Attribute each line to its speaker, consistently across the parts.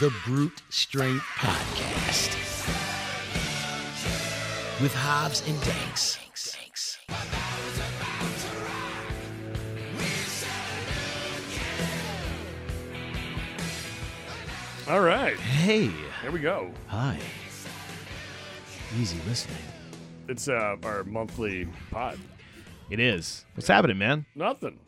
Speaker 1: the Brute Straight Podcast with Hobbs and Danks.
Speaker 2: All right,
Speaker 1: Hey,
Speaker 2: there we go.
Speaker 1: hi. Easy listening.
Speaker 2: It's uh, our monthly pod.
Speaker 3: It is. What's happening, man?
Speaker 2: Nothing.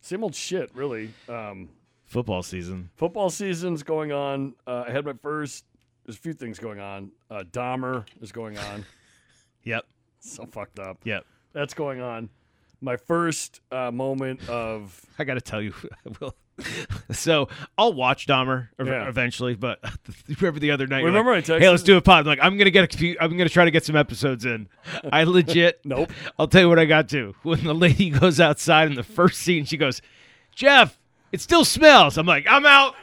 Speaker 2: Same old shit, really. Um,
Speaker 3: Football season.
Speaker 2: football season's going on. Uh, I had my first. There's a few things going on. Uh, Dahmer is going on.
Speaker 3: Yep.
Speaker 2: so fucked up.
Speaker 3: Yep.
Speaker 2: That's going on. My first uh, moment of
Speaker 3: I got to tell you, Will. So I'll watch Dahmer ev-
Speaker 2: Yeah.
Speaker 3: eventually, but remember the other night? you're
Speaker 2: Remember
Speaker 3: like,
Speaker 2: I texted-
Speaker 3: Hey, let's do a pod. I'm like, I'm gonna get a few. I'm gonna try to get some episodes in. I legit.
Speaker 2: Nope.
Speaker 3: I'll tell you what I got to. When the lady goes outside in the first scene, she goes, "Jeff, it still smells." I'm like, I'm out.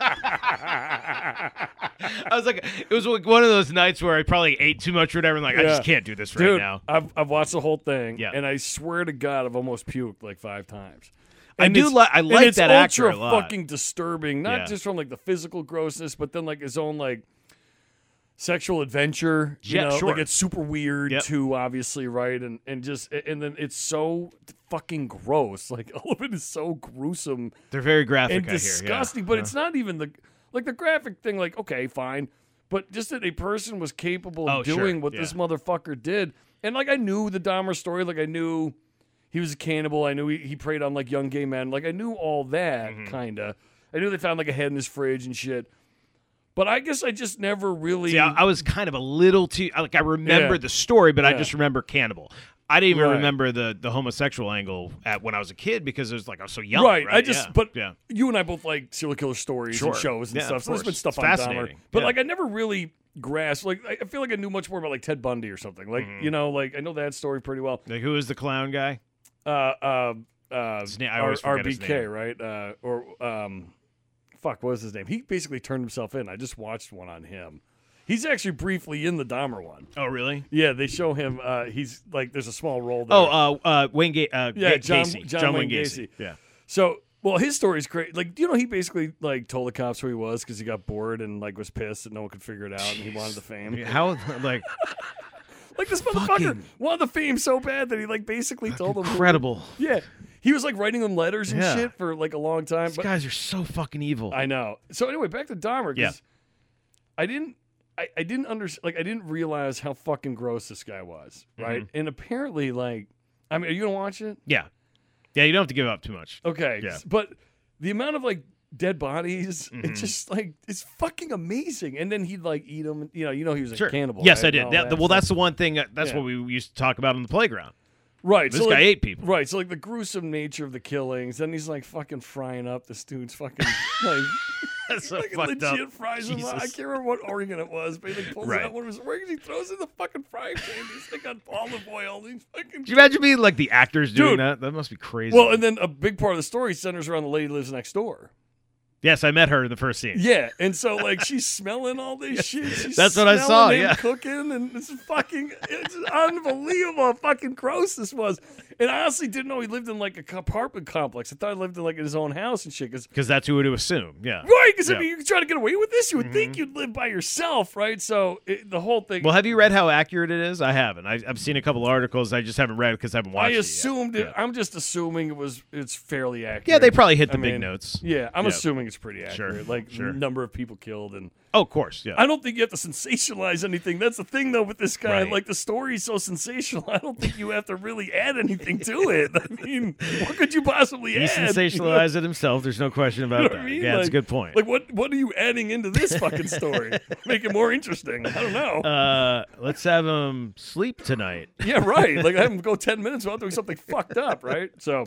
Speaker 3: I was like, it was like one of those nights where I probably ate too much or whatever. And like, I just
Speaker 2: Yeah.
Speaker 3: can't do this right
Speaker 2: dude.
Speaker 3: now.
Speaker 2: I've I've watched the whole thing.
Speaker 3: Yeah.
Speaker 2: and I swear to God, I've almost puked like five times.
Speaker 3: I do
Speaker 2: it's-
Speaker 3: li- I
Speaker 2: and
Speaker 3: like
Speaker 2: it's
Speaker 3: that actor a
Speaker 2: ultra
Speaker 3: lot.
Speaker 2: fucking disturbing, not
Speaker 3: Yeah.
Speaker 2: just from like the physical grossness, but then like his own like sexual adventure. You
Speaker 3: Yeah,
Speaker 2: know?
Speaker 3: sure.
Speaker 2: Like it's super weird
Speaker 3: Yep.
Speaker 2: too, obviously, right? And and just and then it's so fucking gross. Like all of it is so gruesome
Speaker 3: They're very graphic.
Speaker 2: and
Speaker 3: I
Speaker 2: disgusting.
Speaker 3: Hear, yeah.
Speaker 2: But it's not even the like the graphic thing. Like okay, fine, but just that a person was capable of
Speaker 3: Oh, sure,
Speaker 2: doing what this
Speaker 3: yeah.
Speaker 2: motherfucker did, and like I knew the Dahmer story. Like I knew he was a cannibal. I knew he, he preyed on like young gay men. Like I knew all that
Speaker 3: Mm-hmm.
Speaker 2: kinda. I knew they found like a head in his fridge and shit. But I guess I just never really.
Speaker 3: See, I, I was kind of a little too like I remember
Speaker 2: Yeah.
Speaker 3: the story, but I
Speaker 2: Yeah.
Speaker 3: just remember cannibal. I didn't even
Speaker 2: Right.
Speaker 3: remember the the homosexual angle at when I was a kid because it was like I was so young.
Speaker 2: Right,
Speaker 3: Right.
Speaker 2: I just,
Speaker 3: Yeah.
Speaker 2: but
Speaker 3: yeah,
Speaker 2: you and I both like serial killer stories
Speaker 3: Sure.
Speaker 2: and shows and
Speaker 3: Yeah,
Speaker 2: stuff.
Speaker 3: of
Speaker 2: So there's been
Speaker 3: course.
Speaker 2: stuff
Speaker 3: It's
Speaker 2: on Dahmer,
Speaker 3: fascinating.
Speaker 2: but
Speaker 3: Yeah.
Speaker 2: like I never really grasped. Like I I feel like I knew much more about like Ted Bundy or something. Like
Speaker 3: Mm-hmm.
Speaker 2: you know, like I know that story pretty well.
Speaker 3: like who is the clown guy?
Speaker 2: Uh, uh, uh,
Speaker 3: His name- I
Speaker 2: R-
Speaker 3: always forget his
Speaker 2: RBK,
Speaker 3: name.
Speaker 2: right? Uh, or um, fuck, what was his name? He basically turned himself in. I just watched one on him. He's actually briefly in the Dahmer one.
Speaker 3: Oh really?
Speaker 2: Yeah, they show him. Uh, he's like, there's a small role. There.
Speaker 3: Oh, uh, uh, Wayne Ga- uh,
Speaker 2: Yeah,
Speaker 3: Ga-
Speaker 2: John-
Speaker 3: Gacy.
Speaker 2: John Wayne Gacy.
Speaker 3: Yeah,
Speaker 2: So, well, his story's great. Like, you know, he basically like told the cops who he was because he got bored and like was pissed that no one could figure it out, and he wanted the fame.
Speaker 3: how like
Speaker 2: Like this motherfucker
Speaker 3: Fucking-
Speaker 2: wanted the fame so bad that he like basically told them. who-
Speaker 3: incredible.
Speaker 2: Yeah, he was like writing them letters and
Speaker 3: Yeah.
Speaker 2: shit for like a long time.
Speaker 3: These
Speaker 2: But
Speaker 3: guys are so fucking evil.
Speaker 2: I know. So anyway, back to Dahmer. 'cause
Speaker 3: Yeah.
Speaker 2: I didn't. I, I didn't understand. Like I didn't realize how fucking gross this guy was. Right.
Speaker 3: Mm-hmm.
Speaker 2: And apparently, like, I mean, are you gonna watch it?
Speaker 3: yeah, yeah. You don't have to give up too much.
Speaker 2: Okay.
Speaker 3: Yeah. Mm-hmm.
Speaker 2: But the amount of like dead bodies, it's just like it's fucking amazing. And then he'd like eat them. You know, you know he was a
Speaker 3: Sure.
Speaker 2: cannibal.
Speaker 3: Yes,
Speaker 2: right?
Speaker 3: I
Speaker 2: And all
Speaker 3: did. That,
Speaker 2: that
Speaker 3: well,
Speaker 2: stuff.
Speaker 3: that's the one thing. That, that's
Speaker 2: Yeah.
Speaker 3: what we used to talk about on the playground.
Speaker 2: right.
Speaker 3: This
Speaker 2: so
Speaker 3: guy
Speaker 2: like,
Speaker 3: ate people.
Speaker 2: right. So like the gruesome nature of the killings. Then he's like fucking frying up this dude's fucking like.
Speaker 3: That's so
Speaker 2: Like
Speaker 3: fucked
Speaker 2: legit
Speaker 3: up.
Speaker 2: fries him up. I
Speaker 3: Jesus.
Speaker 2: can't remember what organ it was, but he like pulls it
Speaker 3: Right.
Speaker 2: out one of his organs. He throws it in the fucking frying pan. He's like on olive oil. And he's fucking
Speaker 3: Could you imagine being like the actors doing
Speaker 2: Dude.
Speaker 3: that? That must be crazy.
Speaker 2: well, and then a big part of the story centers around the lady who lives next door.
Speaker 3: yes, I met her in the first scene.
Speaker 2: Yeah, and so like she's smelling all this shit. She's
Speaker 3: That's what I
Speaker 2: smelling
Speaker 3: saw,
Speaker 2: him
Speaker 3: yeah.
Speaker 2: cooking and it's fucking, it's unbelievable. how fucking gross this was. And I honestly didn't know he lived in like a apartment complex. I thought he lived in like in his own house and shit. Because
Speaker 3: Because that's who would assume. Yeah.
Speaker 2: right, because
Speaker 3: Yeah. Mm-hmm.
Speaker 2: I mean, you're trying to get away with this. You would think you'd live by yourself, right? So it, the whole thing.
Speaker 3: Well, have you read how accurate it is? I haven't. I, I've seen a couple articles. I just haven't read because I haven't watched.
Speaker 2: I
Speaker 3: it yet.
Speaker 2: assumed it. I'm just assuming it was. It's fairly accurate.
Speaker 3: Yeah, they probably hit the
Speaker 2: I
Speaker 3: big
Speaker 2: mean,
Speaker 3: notes.
Speaker 2: Yeah, I'm
Speaker 3: Yeah.
Speaker 2: assuming it's pretty
Speaker 3: Sure,
Speaker 2: accurate. Like
Speaker 3: sure.
Speaker 2: number of people killed, and
Speaker 3: Oh, of course. Yeah.
Speaker 2: I don't think you have to sensationalize anything. That's the thing, though, with this guy.
Speaker 3: Right.
Speaker 2: Like the story's so sensational, I don't think you have to really add anything to it. I mean, what could you possibly
Speaker 3: he
Speaker 2: add?
Speaker 3: sensationalized it himself. There's no question about
Speaker 2: You know
Speaker 3: that.
Speaker 2: what I mean?
Speaker 3: Yeah,
Speaker 2: like,
Speaker 3: that's a good point.
Speaker 2: Like, what what are you adding into this fucking story? Make it more interesting. I don't know.
Speaker 3: uh, let's have him sleep tonight.
Speaker 2: Yeah, right. Like I have him go ten minutes without doing something fucked up, right? So,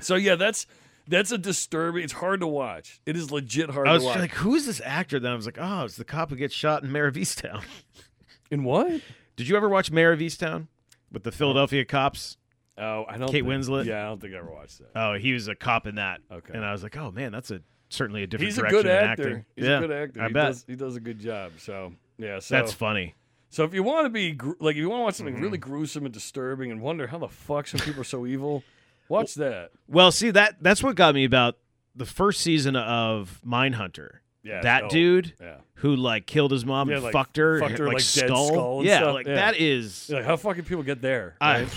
Speaker 2: so yeah, that's that's a disturbing. It's hard to watch. It is legit hard
Speaker 3: I was
Speaker 2: to watch.
Speaker 3: like, "Who's this actor?" Then I was like, "Oh, it's the cop who gets shot in Mayor of Easttown."
Speaker 2: In what?
Speaker 3: Did you ever watch Mayor of Easttown with the Philadelphia cops?
Speaker 2: Oh, I don't.
Speaker 3: Kate
Speaker 2: think-
Speaker 3: Winslet?
Speaker 2: Yeah, I don't think I ever watched that.
Speaker 3: Oh, he was a cop in that.
Speaker 2: Okay.
Speaker 3: And I was like, oh man, that's a certainly a different
Speaker 2: He's a
Speaker 3: direction
Speaker 2: good
Speaker 3: in
Speaker 2: actor.
Speaker 3: acting.
Speaker 2: He's
Speaker 3: yeah,
Speaker 2: a good actor.
Speaker 3: I
Speaker 2: he
Speaker 3: bet
Speaker 2: Does, he does a good job. So yeah. So
Speaker 3: that's funny.
Speaker 2: so if you want to be gr- like if you want to watch something really
Speaker 3: Mm-hmm.
Speaker 2: gruesome and disturbing and wonder how the fuck some people are so evil, watch that.
Speaker 3: Well, see that that's what got me about the first season of Mindhunter.
Speaker 2: Yeah,
Speaker 3: that
Speaker 2: no.
Speaker 3: dude
Speaker 2: Yeah.
Speaker 3: who like killed his mom
Speaker 2: Yeah,
Speaker 3: and
Speaker 2: like,
Speaker 3: fucked her,
Speaker 2: fucked her,
Speaker 3: like,
Speaker 2: like, dead
Speaker 3: skull.
Speaker 2: skull and
Speaker 3: yeah,
Speaker 2: stuff,
Speaker 3: like
Speaker 2: yeah.
Speaker 3: that is.
Speaker 2: You're like, how fucking people get there?
Speaker 3: I,
Speaker 2: right?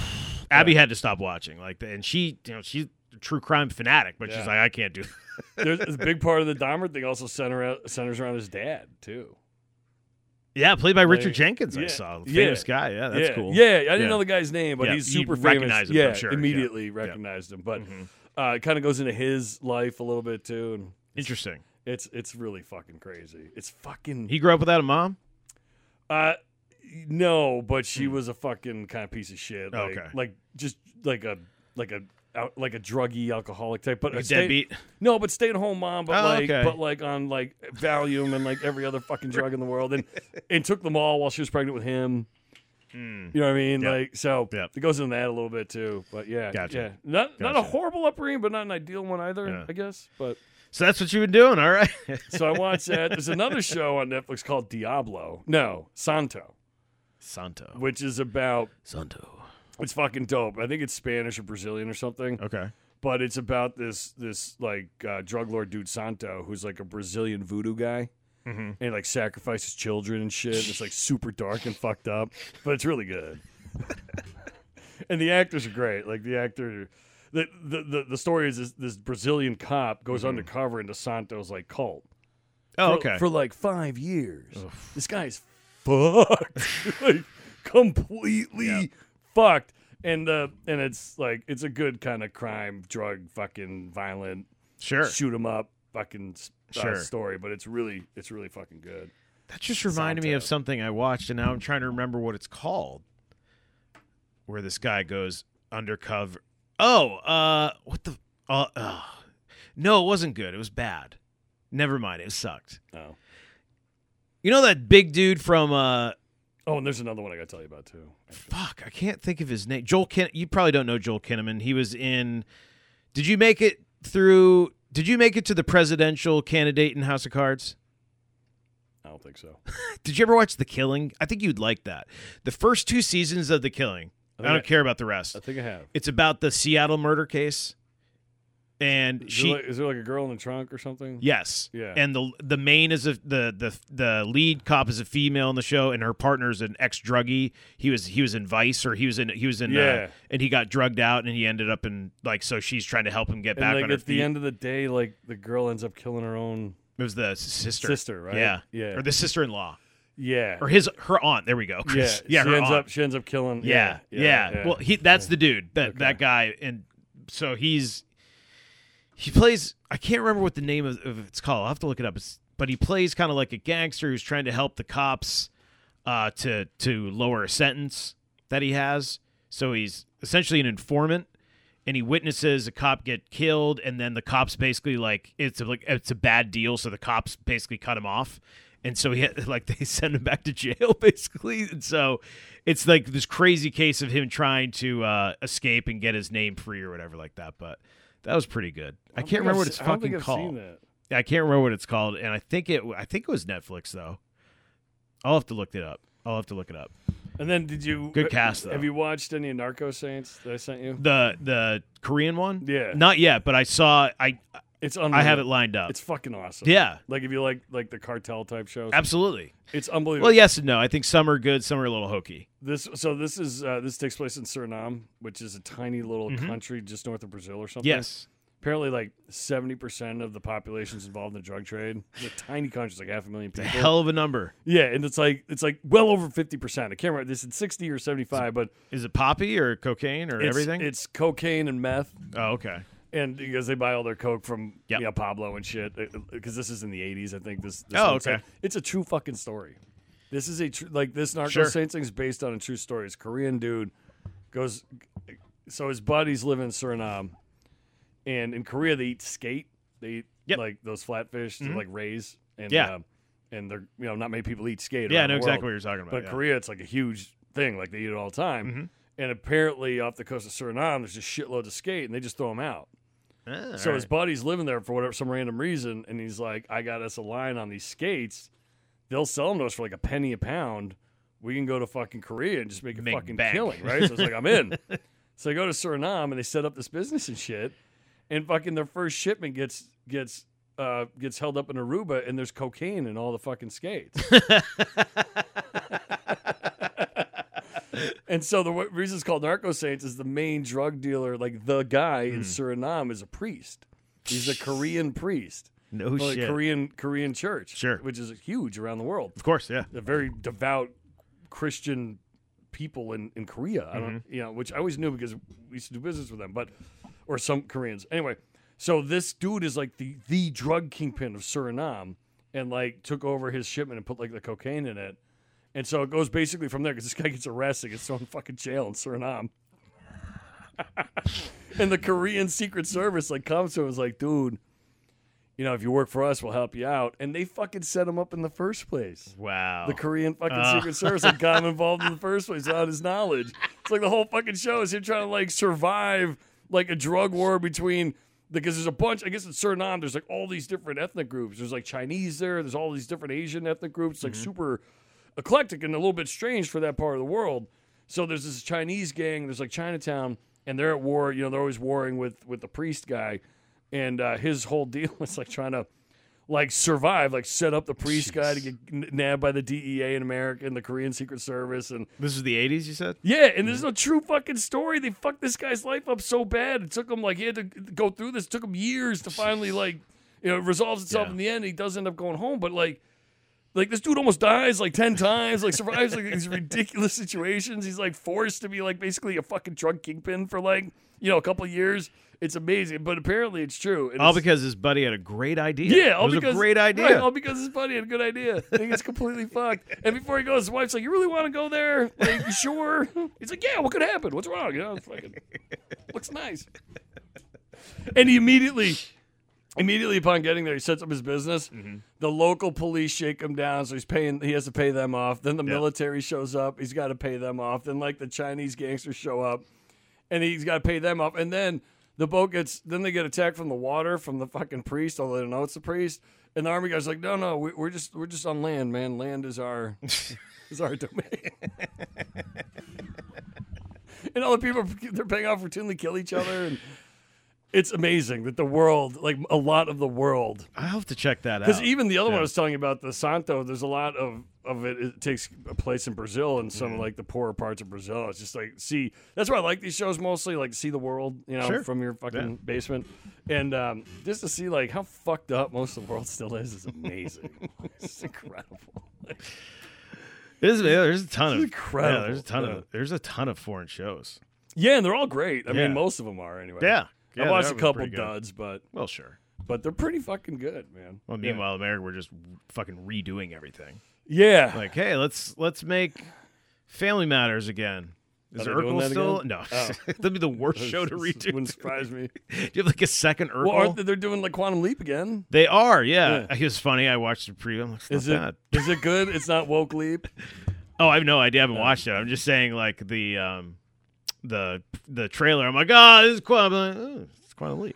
Speaker 3: Abby had to stop watching, like, and she, you know, she's a true crime fanatic, but she's
Speaker 2: Yeah.
Speaker 3: like, I can't do.
Speaker 2: There's a big part of the Dahmer thing also center, centers around his dad too.
Speaker 3: Yeah, played by Richard
Speaker 2: Like,
Speaker 3: Jenkins. I
Speaker 2: yeah,
Speaker 3: saw
Speaker 2: yeah,
Speaker 3: famous guy. Yeah, Oh, that's
Speaker 2: yeah.
Speaker 3: cool.
Speaker 2: Yeah, I didn't
Speaker 3: Yeah.
Speaker 2: know the guy's name, but
Speaker 3: Yeah,
Speaker 2: he's
Speaker 3: you
Speaker 2: super
Speaker 3: recognize
Speaker 2: famous.
Speaker 3: him, I'm
Speaker 2: yeah,
Speaker 3: sure, yeah.
Speaker 2: immediately recognized him. But
Speaker 3: Mhm.
Speaker 2: uh, it kind of goes into his life a little bit too, and
Speaker 3: interesting.
Speaker 2: it's it's really fucking crazy. It's fucking
Speaker 3: He grew up without a mom.
Speaker 2: Uh, no, but she was a fucking kind of piece of shit. Like,
Speaker 3: Hmm. Okay.
Speaker 2: like just like a like a out- like a druggy alcoholic type, but
Speaker 3: Like
Speaker 2: a
Speaker 3: a
Speaker 2: stay-
Speaker 3: deadbeat.
Speaker 2: No, but stay at home mom, but
Speaker 3: Oh,
Speaker 2: like
Speaker 3: okay.
Speaker 2: but like on like Valium and like every other fucking drug in the world, and and took them all while she was pregnant with him. You know what I mean?
Speaker 3: Hmm. Yep.
Speaker 2: Like so,
Speaker 3: Yep.
Speaker 2: it goes into that a little bit too. But yeah,
Speaker 3: Gotcha.
Speaker 2: yeah, not not a
Speaker 3: Gotcha.
Speaker 2: horrible upbringing, but not an ideal one either,
Speaker 3: Yeah.
Speaker 2: I guess. But
Speaker 3: So that's what you've been doing, all right?
Speaker 2: so I watched that. There's another show on Netflix called Diablo. No, Santo,
Speaker 3: Santo.
Speaker 2: which is about
Speaker 3: Santo.
Speaker 2: It's fucking dope. I think it's Spanish or Brazilian or something,
Speaker 3: Okay.
Speaker 2: but it's about this this like uh, drug lord dude Santo, who's like a Brazilian voodoo guy,
Speaker 3: Mhm.
Speaker 2: and he, like sacrifices children and shit. And it's like super dark and fucked up, but it's really good. and the actors are great. Like the actor, the the the, the story is this, this Brazilian cop goes undercover into Santo's like cult.
Speaker 3: Oh,
Speaker 2: for,
Speaker 3: okay.
Speaker 2: For like five years, this guy's fucked, like completely
Speaker 3: Yeah.
Speaker 2: fucked, and uh, and it's like it's a good kind of crime, drug, fucking violent,
Speaker 3: sure.
Speaker 2: shoot 'em up, fucking s- uh,
Speaker 3: Sure.
Speaker 2: story. But it's really it's really fucking good.
Speaker 3: That just reminded me of
Speaker 2: Santo.
Speaker 3: something I watched, and now I'm trying to remember what it's called. Where this guy goes undercover. Oh, uh, what the? Uh, uh. No, it wasn't good. It was bad. Never mind. It sucked.
Speaker 2: Oh,
Speaker 3: You know that big dude from uh,
Speaker 2: oh, and there's another one I got to tell you about too.
Speaker 3: fuck, I can't think of his name. Joel Kin. You probably don't know Joel Kinnaman. He was in. Did you make it through? Did you make it to the presidential candidate in House of Cards?
Speaker 2: I don't think so.
Speaker 3: Did you ever watch The Killing? I think you'd like that. The first two seasons of The Killing. I,
Speaker 2: think
Speaker 3: don't
Speaker 2: I-
Speaker 3: care about the rest.
Speaker 2: I think I have.
Speaker 3: It's about the Seattle murder case, and
Speaker 2: Is,
Speaker 3: she
Speaker 2: there, like, is there like a girl in the trunk or something?
Speaker 3: yes,
Speaker 2: Yeah.
Speaker 3: and the the main is a the the the lead cop is a female in the show, and her partner is an ex druggie. He was he was in Vice or he was in he was in uh,
Speaker 2: Yeah.
Speaker 3: and he got drugged out and he ended up in like so she's trying to help him get
Speaker 2: And
Speaker 3: back
Speaker 2: like
Speaker 3: on her
Speaker 2: at
Speaker 3: feet.
Speaker 2: the end of the day, like the girl ends up killing her own
Speaker 3: it was the sister,
Speaker 2: sister, right?
Speaker 3: yeah,
Speaker 2: yeah,
Speaker 3: or the sister in law
Speaker 2: yeah.
Speaker 3: or his her aunt. There we go,
Speaker 2: Yeah,
Speaker 3: Chris. yeah.
Speaker 2: She
Speaker 3: her
Speaker 2: ends
Speaker 3: aunt.
Speaker 2: up. She ends up killing.
Speaker 3: Yeah, yeah. Well, he that's the dude that that
Speaker 2: Okay.
Speaker 3: guy, and so he's he plays. I can't remember what the name of, of it's called. I'll have to look it up. It's, but he plays kind of like a gangster who's trying to help the cops uh, to to lower a sentence that he has. So he's essentially an informant, and he witnesses a cop get killed, and then the cops basically like it's a, like it's a bad deal, so the cops basically cut him off, and so he had, like they send him back to jail basically, and so it's like this crazy case of him trying to uh, escape and get his name free or whatever like that, but. That was pretty good. I, can't remember what it's fucking called. I can't remember what it's called, and I think it. I think it was Netflix though. I'll have to look it up. I'll have to look it up.
Speaker 2: And then did you
Speaker 3: Good cast, though.
Speaker 2: Have you watched any Narco Saints that I sent you?
Speaker 3: The the Korean one?
Speaker 2: Yeah.
Speaker 3: Not yet, but I saw I
Speaker 2: It's unreal.
Speaker 3: I have it lined up.
Speaker 2: It's fucking awesome.
Speaker 3: yeah.
Speaker 2: Like if you like like the cartel type shows,
Speaker 3: Absolutely.
Speaker 2: it's unbelievable.
Speaker 3: Well, yes and no. I think some are good, some are a little hokey.
Speaker 2: This so this is uh, this takes place in Suriname, which is a tiny little country just north of Brazil or something.
Speaker 3: Mm-hmm. Yes.
Speaker 2: Apparently, like seventy percent of the population's involved in the drug trade. It's a tiny country, it's like half a million
Speaker 3: The
Speaker 2: people.
Speaker 3: hell of a number.
Speaker 2: Yeah, and it's like it's like well over fifty percent. I can't remember. This is sixty or seventy five, but
Speaker 3: Is it poppy or cocaine or
Speaker 2: it's,
Speaker 3: everything?
Speaker 2: It's cocaine and meth.
Speaker 3: oh, okay.
Speaker 2: and because they buy all their coke from
Speaker 3: Yep.
Speaker 2: yeah Pablo and shit because this is in the 80s I think this, this
Speaker 3: Oh,
Speaker 2: whole thing-
Speaker 3: okay.
Speaker 2: it's a true fucking story this is a true like this narco
Speaker 3: Sure.
Speaker 2: saints thing is based on a true story It's Korean dude goes so his buddies live in Suriname and in Korea they eat skate they eat
Speaker 3: Yep. Mm-hmm.
Speaker 2: like those flatfish they're like rays and
Speaker 3: Yeah.
Speaker 2: um, and they're you know not many people eat skate
Speaker 3: Yeah, I
Speaker 2: around
Speaker 3: know
Speaker 2: the world.
Speaker 3: exactly what you're talking about.
Speaker 2: But
Speaker 3: yeah.
Speaker 2: Korea, it's like a huge thing. Like they eat it all the time. And apparently, off the coast of Suriname, there's just shitloads of skate, and they just throw them out.
Speaker 3: Ah,
Speaker 2: so his
Speaker 3: alright.
Speaker 2: buddy's living there for whatever some random reason, and he's like, "I got us a line on these skates. They'll sell them to us for like a penny a pound. We can go to fucking Korea and just make a
Speaker 3: Make
Speaker 2: fucking
Speaker 3: bank."
Speaker 2: killing, right?" So it's like, "I'm in." so I go to Suriname, and they set up this business and shit. And fucking their first shipment gets gets uh, gets held up in Aruba, and there's cocaine in all the fucking skates. and so the wa- reason it's called Narco Saints is the main drug dealer, like the guy in Suriname, is a priest. He's a Korean priest,
Speaker 3: No
Speaker 2: like
Speaker 3: Oh, shit.
Speaker 2: Korean Korean church,
Speaker 3: Sure.
Speaker 2: which is huge around the world
Speaker 3: Of course, yeah.
Speaker 2: a very devout Christian people in, in Korea. I don't, you know, which I always knew because we used to do business with them, but or some Koreans. Anyway, so this dude is like the the drug kingpin of Suriname, and like took over his shipment and put like the cocaine in it, and so it goes basically from there because this guy gets arrested, gets thrown in fucking jail in Suriname. and the Korean Secret Service like comes to him and is like, dude, you know, if you work for us, we'll help you out. And they fucking set him up in the first place
Speaker 3: Wow.
Speaker 2: the Korean fucking
Speaker 3: Oh.
Speaker 2: Secret Service had gotten involved in the first place without his knowledge. It's like the whole fucking show is him trying to like survive like a drug war between because there's a bunch. I guess in Suriname there's like all these different ethnic groups. There's like Chinese there. There's all these different Asian ethnic groups. Like super eclectic and a little bit strange for that part of the world. So there's this Chinese gang. There's like Chinatown, and they're at war. You know, they're always warring with with the priest guy, and uh, his whole deal is like trying to like survive, like set up the priest guy to get n- nabbed by the DEA in America and the Korean Secret Service, and
Speaker 3: this is the 80s, you said?
Speaker 2: yeah, and there's no true fucking story. They fucked this guy's life up so bad. It took him like he had to go through this. It took him years to finally like you know it resolves itself
Speaker 3: Yeah.
Speaker 2: in the end. He does end up going home, but like. Like this dude almost dies like ten times, like survives like these ridiculous situations. He's like forced to be like basically a fucking drug kingpin for like you know a couple of years. It's amazing, but apparently it's true. And
Speaker 3: All
Speaker 2: it's-
Speaker 3: because his buddy had a great idea.
Speaker 2: yeah, all
Speaker 3: it was
Speaker 2: because
Speaker 3: a great idea.
Speaker 2: Right, all because his buddy had a good idea. I think it's completely fucked. And before he goes, his wife's like, "You really want to go there? Like, you sure?" He's like, "Yeah. What could happen? What's wrong? You know, it's fucking looks nice." And he immediately, immediately upon getting there, he sets up his business.
Speaker 3: Mm-hmm.
Speaker 2: The local police shake him down, so he's paying. He has to pay them off. Then the military shows up. He's got to pay them off. Then like the Chinese gangsters show up and he's got to pay them off. And then the boat gets, then they get attacked from the water from the fucking priest, although they don't know it's the priest. And the army guy's like, no, no, we, we're just we're just on land, man. Land is our is our domain. and all the people they're paying off routinely kill each other, and it's amazing that the world, like a lot of the world,
Speaker 3: I'll have to check that out.
Speaker 2: because even the other one
Speaker 3: Yeah.
Speaker 2: I was telling you about, the Santo, there's a lot of, of it. It takes place in Brazil and some
Speaker 3: Mm-hmm.
Speaker 2: like the poorer parts of Brazil. It's just like see. That's why I like these shows mostly. Like see the world, you know,
Speaker 3: Sure.
Speaker 2: from your fucking
Speaker 3: Yeah.
Speaker 2: basement, and um, just to see like how fucked up most of the world still is is amazing. it's incredible.
Speaker 3: There's, yeah, there's a ton of
Speaker 2: incredible.
Speaker 3: Yeah, there's a ton
Speaker 2: Yeah.
Speaker 3: of there's a ton of foreign shows.
Speaker 2: Yeah, and they're all great. I
Speaker 3: Yeah.
Speaker 2: mean, most of them are anyway.
Speaker 3: Yeah, yeah,
Speaker 2: I
Speaker 3: that
Speaker 2: watched a
Speaker 3: was
Speaker 2: couple
Speaker 3: pretty good.
Speaker 2: duds, but
Speaker 3: Well, sure.
Speaker 2: but they're pretty fucking good, man.
Speaker 3: Well,
Speaker 2: Yeah.
Speaker 3: meanwhile, America, we're just fucking redoing everything.
Speaker 2: yeah,
Speaker 3: Like, hey, let's let's make Family Matters again. Is
Speaker 2: Are they doing
Speaker 3: Urkel
Speaker 2: that
Speaker 3: still?
Speaker 2: again?
Speaker 3: No,
Speaker 2: Oh.
Speaker 3: that'd be the worst show to
Speaker 2: wouldn't
Speaker 3: redo.
Speaker 2: surprise me.
Speaker 3: Do you have like a second Urkel?
Speaker 2: Well, aren't they, they're doing like Quantum Leap again?
Speaker 3: They are, yeah.
Speaker 2: Yeah.
Speaker 3: It was funny. I watched the preview. I'm like, it's
Speaker 2: Is
Speaker 3: not
Speaker 2: it
Speaker 3: bad.
Speaker 2: is it good? It's not woke leap.
Speaker 3: Oh, I have no idea. I haven't watched it. I'm just saying, like the um, the the trailer. I'm like, oh, this is Quantum. I'm like, oh, it's Quantum Leap.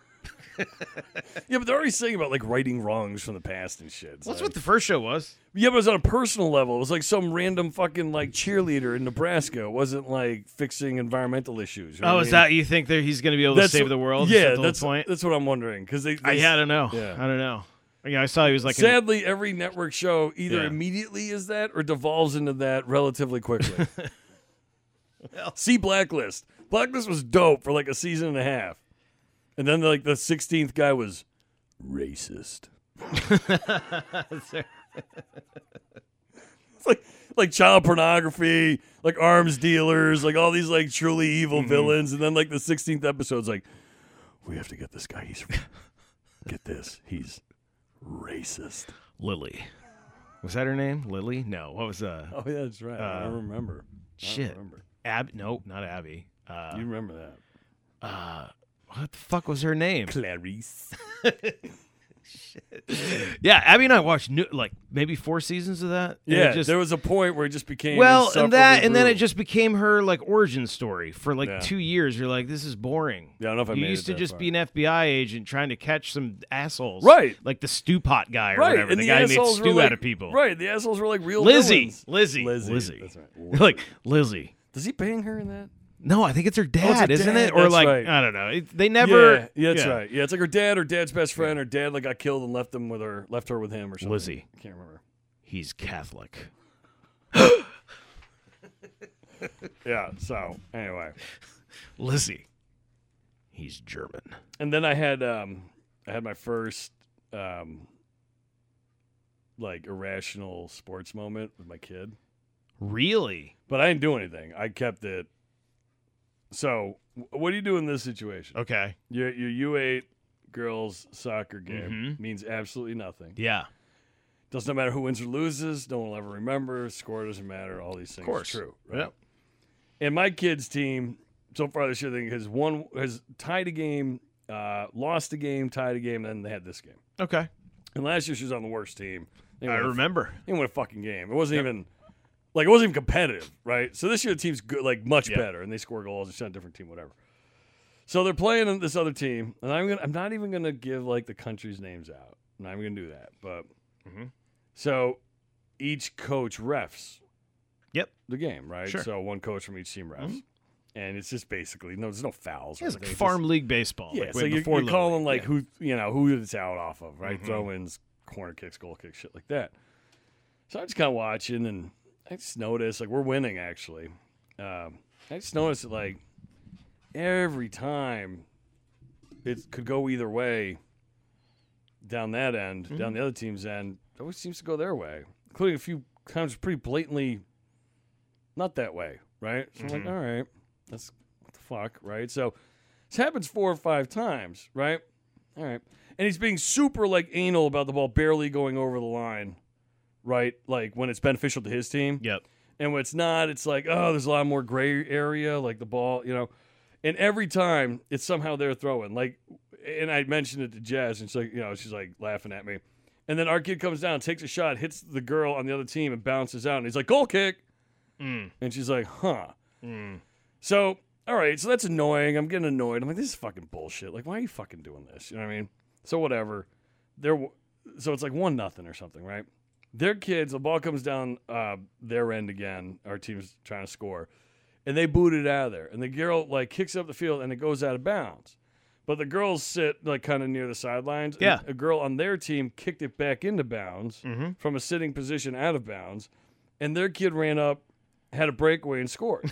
Speaker 2: Yeah, but they're already saying about like righting wrongs from the past and shit. It's
Speaker 3: Well, that's
Speaker 2: like-
Speaker 3: what the first show was.
Speaker 2: yeah, but it was on a personal level. It was like some random fucking like cheerleader in Nebraska. It wasn't like fixing environmental issues. you know
Speaker 3: Oh,
Speaker 2: what I
Speaker 3: is
Speaker 2: mean?
Speaker 3: that you think that he's going to be able to save
Speaker 2: what-
Speaker 3: the world?
Speaker 2: Yeah,
Speaker 3: Is that the whole
Speaker 2: that's
Speaker 3: point.
Speaker 2: that's what I'm wondering because they.
Speaker 3: I,
Speaker 2: they-
Speaker 3: yeah, I don't know.
Speaker 2: Yeah.
Speaker 3: I don't know. Yeah, I saw he was like, in-
Speaker 2: Sadly, every network show either
Speaker 3: Yeah.
Speaker 2: immediately is that or devolves into that relatively quickly. See Blacklist. Blacklist was dope for like a season and a half, and then like the 16th guy was racist. It's like like child pornography, like arms dealers, like all these like truly evil villains, and then like the sixteenth episode's like, we have to get this guy. He's get this. He's racist.
Speaker 3: Lily. Was that her name? Lily? No. What was uh?
Speaker 2: Oh yeah, that's right. I
Speaker 3: Uh,
Speaker 2: remember.
Speaker 3: shit.
Speaker 2: I remember.
Speaker 3: Ab? Nope, not Abby. Uh,
Speaker 2: You remember that?
Speaker 3: uh, what the fuck was her name?
Speaker 2: Clarice.
Speaker 3: Yeah, Abby and I watched new, like maybe four seasons of that. and it
Speaker 2: Yeah,
Speaker 3: just-
Speaker 2: there was a point where it just became
Speaker 3: well, and that,
Speaker 2: insufferably
Speaker 3: and then it
Speaker 2: brutal.
Speaker 3: just became her like origin story for like
Speaker 2: Yeah.
Speaker 3: two years. You're like, this is boring.
Speaker 2: Yeah, I don't know if I
Speaker 3: you
Speaker 2: made it
Speaker 3: used to
Speaker 2: that
Speaker 3: just
Speaker 2: far.
Speaker 3: be an FBI agent trying to catch some assholes,
Speaker 2: Right.
Speaker 3: Like the stew pot guy or
Speaker 2: right,
Speaker 3: whatever.
Speaker 2: and
Speaker 3: the,
Speaker 2: the,
Speaker 3: guy who made
Speaker 2: assholes
Speaker 3: stew
Speaker 2: were like,
Speaker 3: out of people,
Speaker 2: Right, the assholes were like real
Speaker 3: Lizzie,
Speaker 2: villains.
Speaker 3: Lizzie,
Speaker 2: Lizzie,
Speaker 3: Lizzie,
Speaker 2: that's right.
Speaker 3: You're like Lizzie.
Speaker 2: Does he bang her in that?
Speaker 3: No, I think it's her
Speaker 2: Oh, it's her
Speaker 3: dad, isn't
Speaker 2: dad,
Speaker 3: it? Or
Speaker 2: that's
Speaker 3: like
Speaker 2: right.
Speaker 3: I don't know. It, they never.
Speaker 2: yeah, yeah, that's right. Yeah, it's like her dad or dad's best friend. Her dad like got killed and left them with her, left her with him or something.
Speaker 3: Lizzie.
Speaker 2: I can't remember.
Speaker 3: He's Catholic.
Speaker 2: Yeah. So anyway,
Speaker 3: Lizzie. He's German.
Speaker 2: and then I had um, I had my first um, like irrational sports moment with my kid.
Speaker 3: Really?
Speaker 2: But I didn't do anything. I kept it. So, wh- what do you do in this situation?
Speaker 3: Okay.
Speaker 2: Your your U eight girls soccer game
Speaker 3: Mhm.
Speaker 2: means absolutely nothing.
Speaker 3: Yeah.
Speaker 2: Doesn't matter who wins or loses. No one will ever remember. Score doesn't matter. All these things. are
Speaker 3: course.
Speaker 2: true.
Speaker 3: Yep.
Speaker 2: And my kids' team so far this year, I think has won, has tied a game, uh, lost a game, tied a game, and then they had this game.
Speaker 3: Okay.
Speaker 2: And last year she was on the worst team. They
Speaker 3: I
Speaker 2: won a
Speaker 3: remember.
Speaker 2: They didn't win a fucking game. It wasn't even like it wasn't even competitive, right? So this year the team's good, like much
Speaker 3: Yep.
Speaker 2: better, and they score goals. It's not a different team, whatever. So they're playing this other team, and I'm gonna, I'm not even gonna give like the countries' names out. I'm not even gonna do that. But
Speaker 3: Mhm.
Speaker 2: so each coach refs.
Speaker 3: Yep.
Speaker 2: The game, right?
Speaker 3: Sure.
Speaker 2: So one coach from each team refs,
Speaker 3: Mhm.
Speaker 2: and it's just basically no, there's no fouls. or
Speaker 3: It's like
Speaker 2: anything. It's
Speaker 3: farm league baseball.
Speaker 2: just- Yeah,
Speaker 3: like
Speaker 2: it's
Speaker 3: way
Speaker 2: like you're,
Speaker 3: before
Speaker 2: you're
Speaker 3: Little
Speaker 2: calling
Speaker 3: League.
Speaker 2: like
Speaker 3: Yeah.
Speaker 2: who you know who it's out off of, right?
Speaker 3: Mhm.
Speaker 2: Throw-ins, corner kicks, goal kicks, shit like that. So I'm just kind of watching, and I just noticed like we're winning actually. Um, I just noticed that like every time it could go either way down that end, down the other team's end. It always seems to go their way, including a few times pretty blatantly not that way, right? So I'm like, all right, that's what the fuck, right? So this happens four or five times, right? All right. And he's being super like anal about the ball barely going over the line, right? Like when it's beneficial to his team.
Speaker 3: Yep.
Speaker 2: And when it's not, it's like, oh, there's a lot more gray area, like the ball, you know. And every time it's somehow they're throwing. Like and I mentioned it to Jazz, and she's like, you know, she's like laughing at me. And then our kid comes down, takes a shot, hits the girl on the other team and bounces out, and he's like, goal kick.
Speaker 3: Mm.
Speaker 2: And she's like, huh.
Speaker 3: Mm.
Speaker 2: So, all right, so that's annoying. I'm getting annoyed. I'm like, this is fucking bullshit. Like, why are you fucking doing this? You know what I mean? So whatever. They're so it's like one nothing or something, right? Their kids, the ball comes down uh, their end again. Our team's trying to score, and they boot it out of there. And the girl like kicks up the field, and it goes out of bounds. But the girls sit like kind of near the sidelines. and
Speaker 3: Yeah.
Speaker 2: a girl on their team kicked it back into bounds
Speaker 3: Mhm.
Speaker 2: from a sitting position out of bounds, and their kid ran up, had a breakaway, and scored.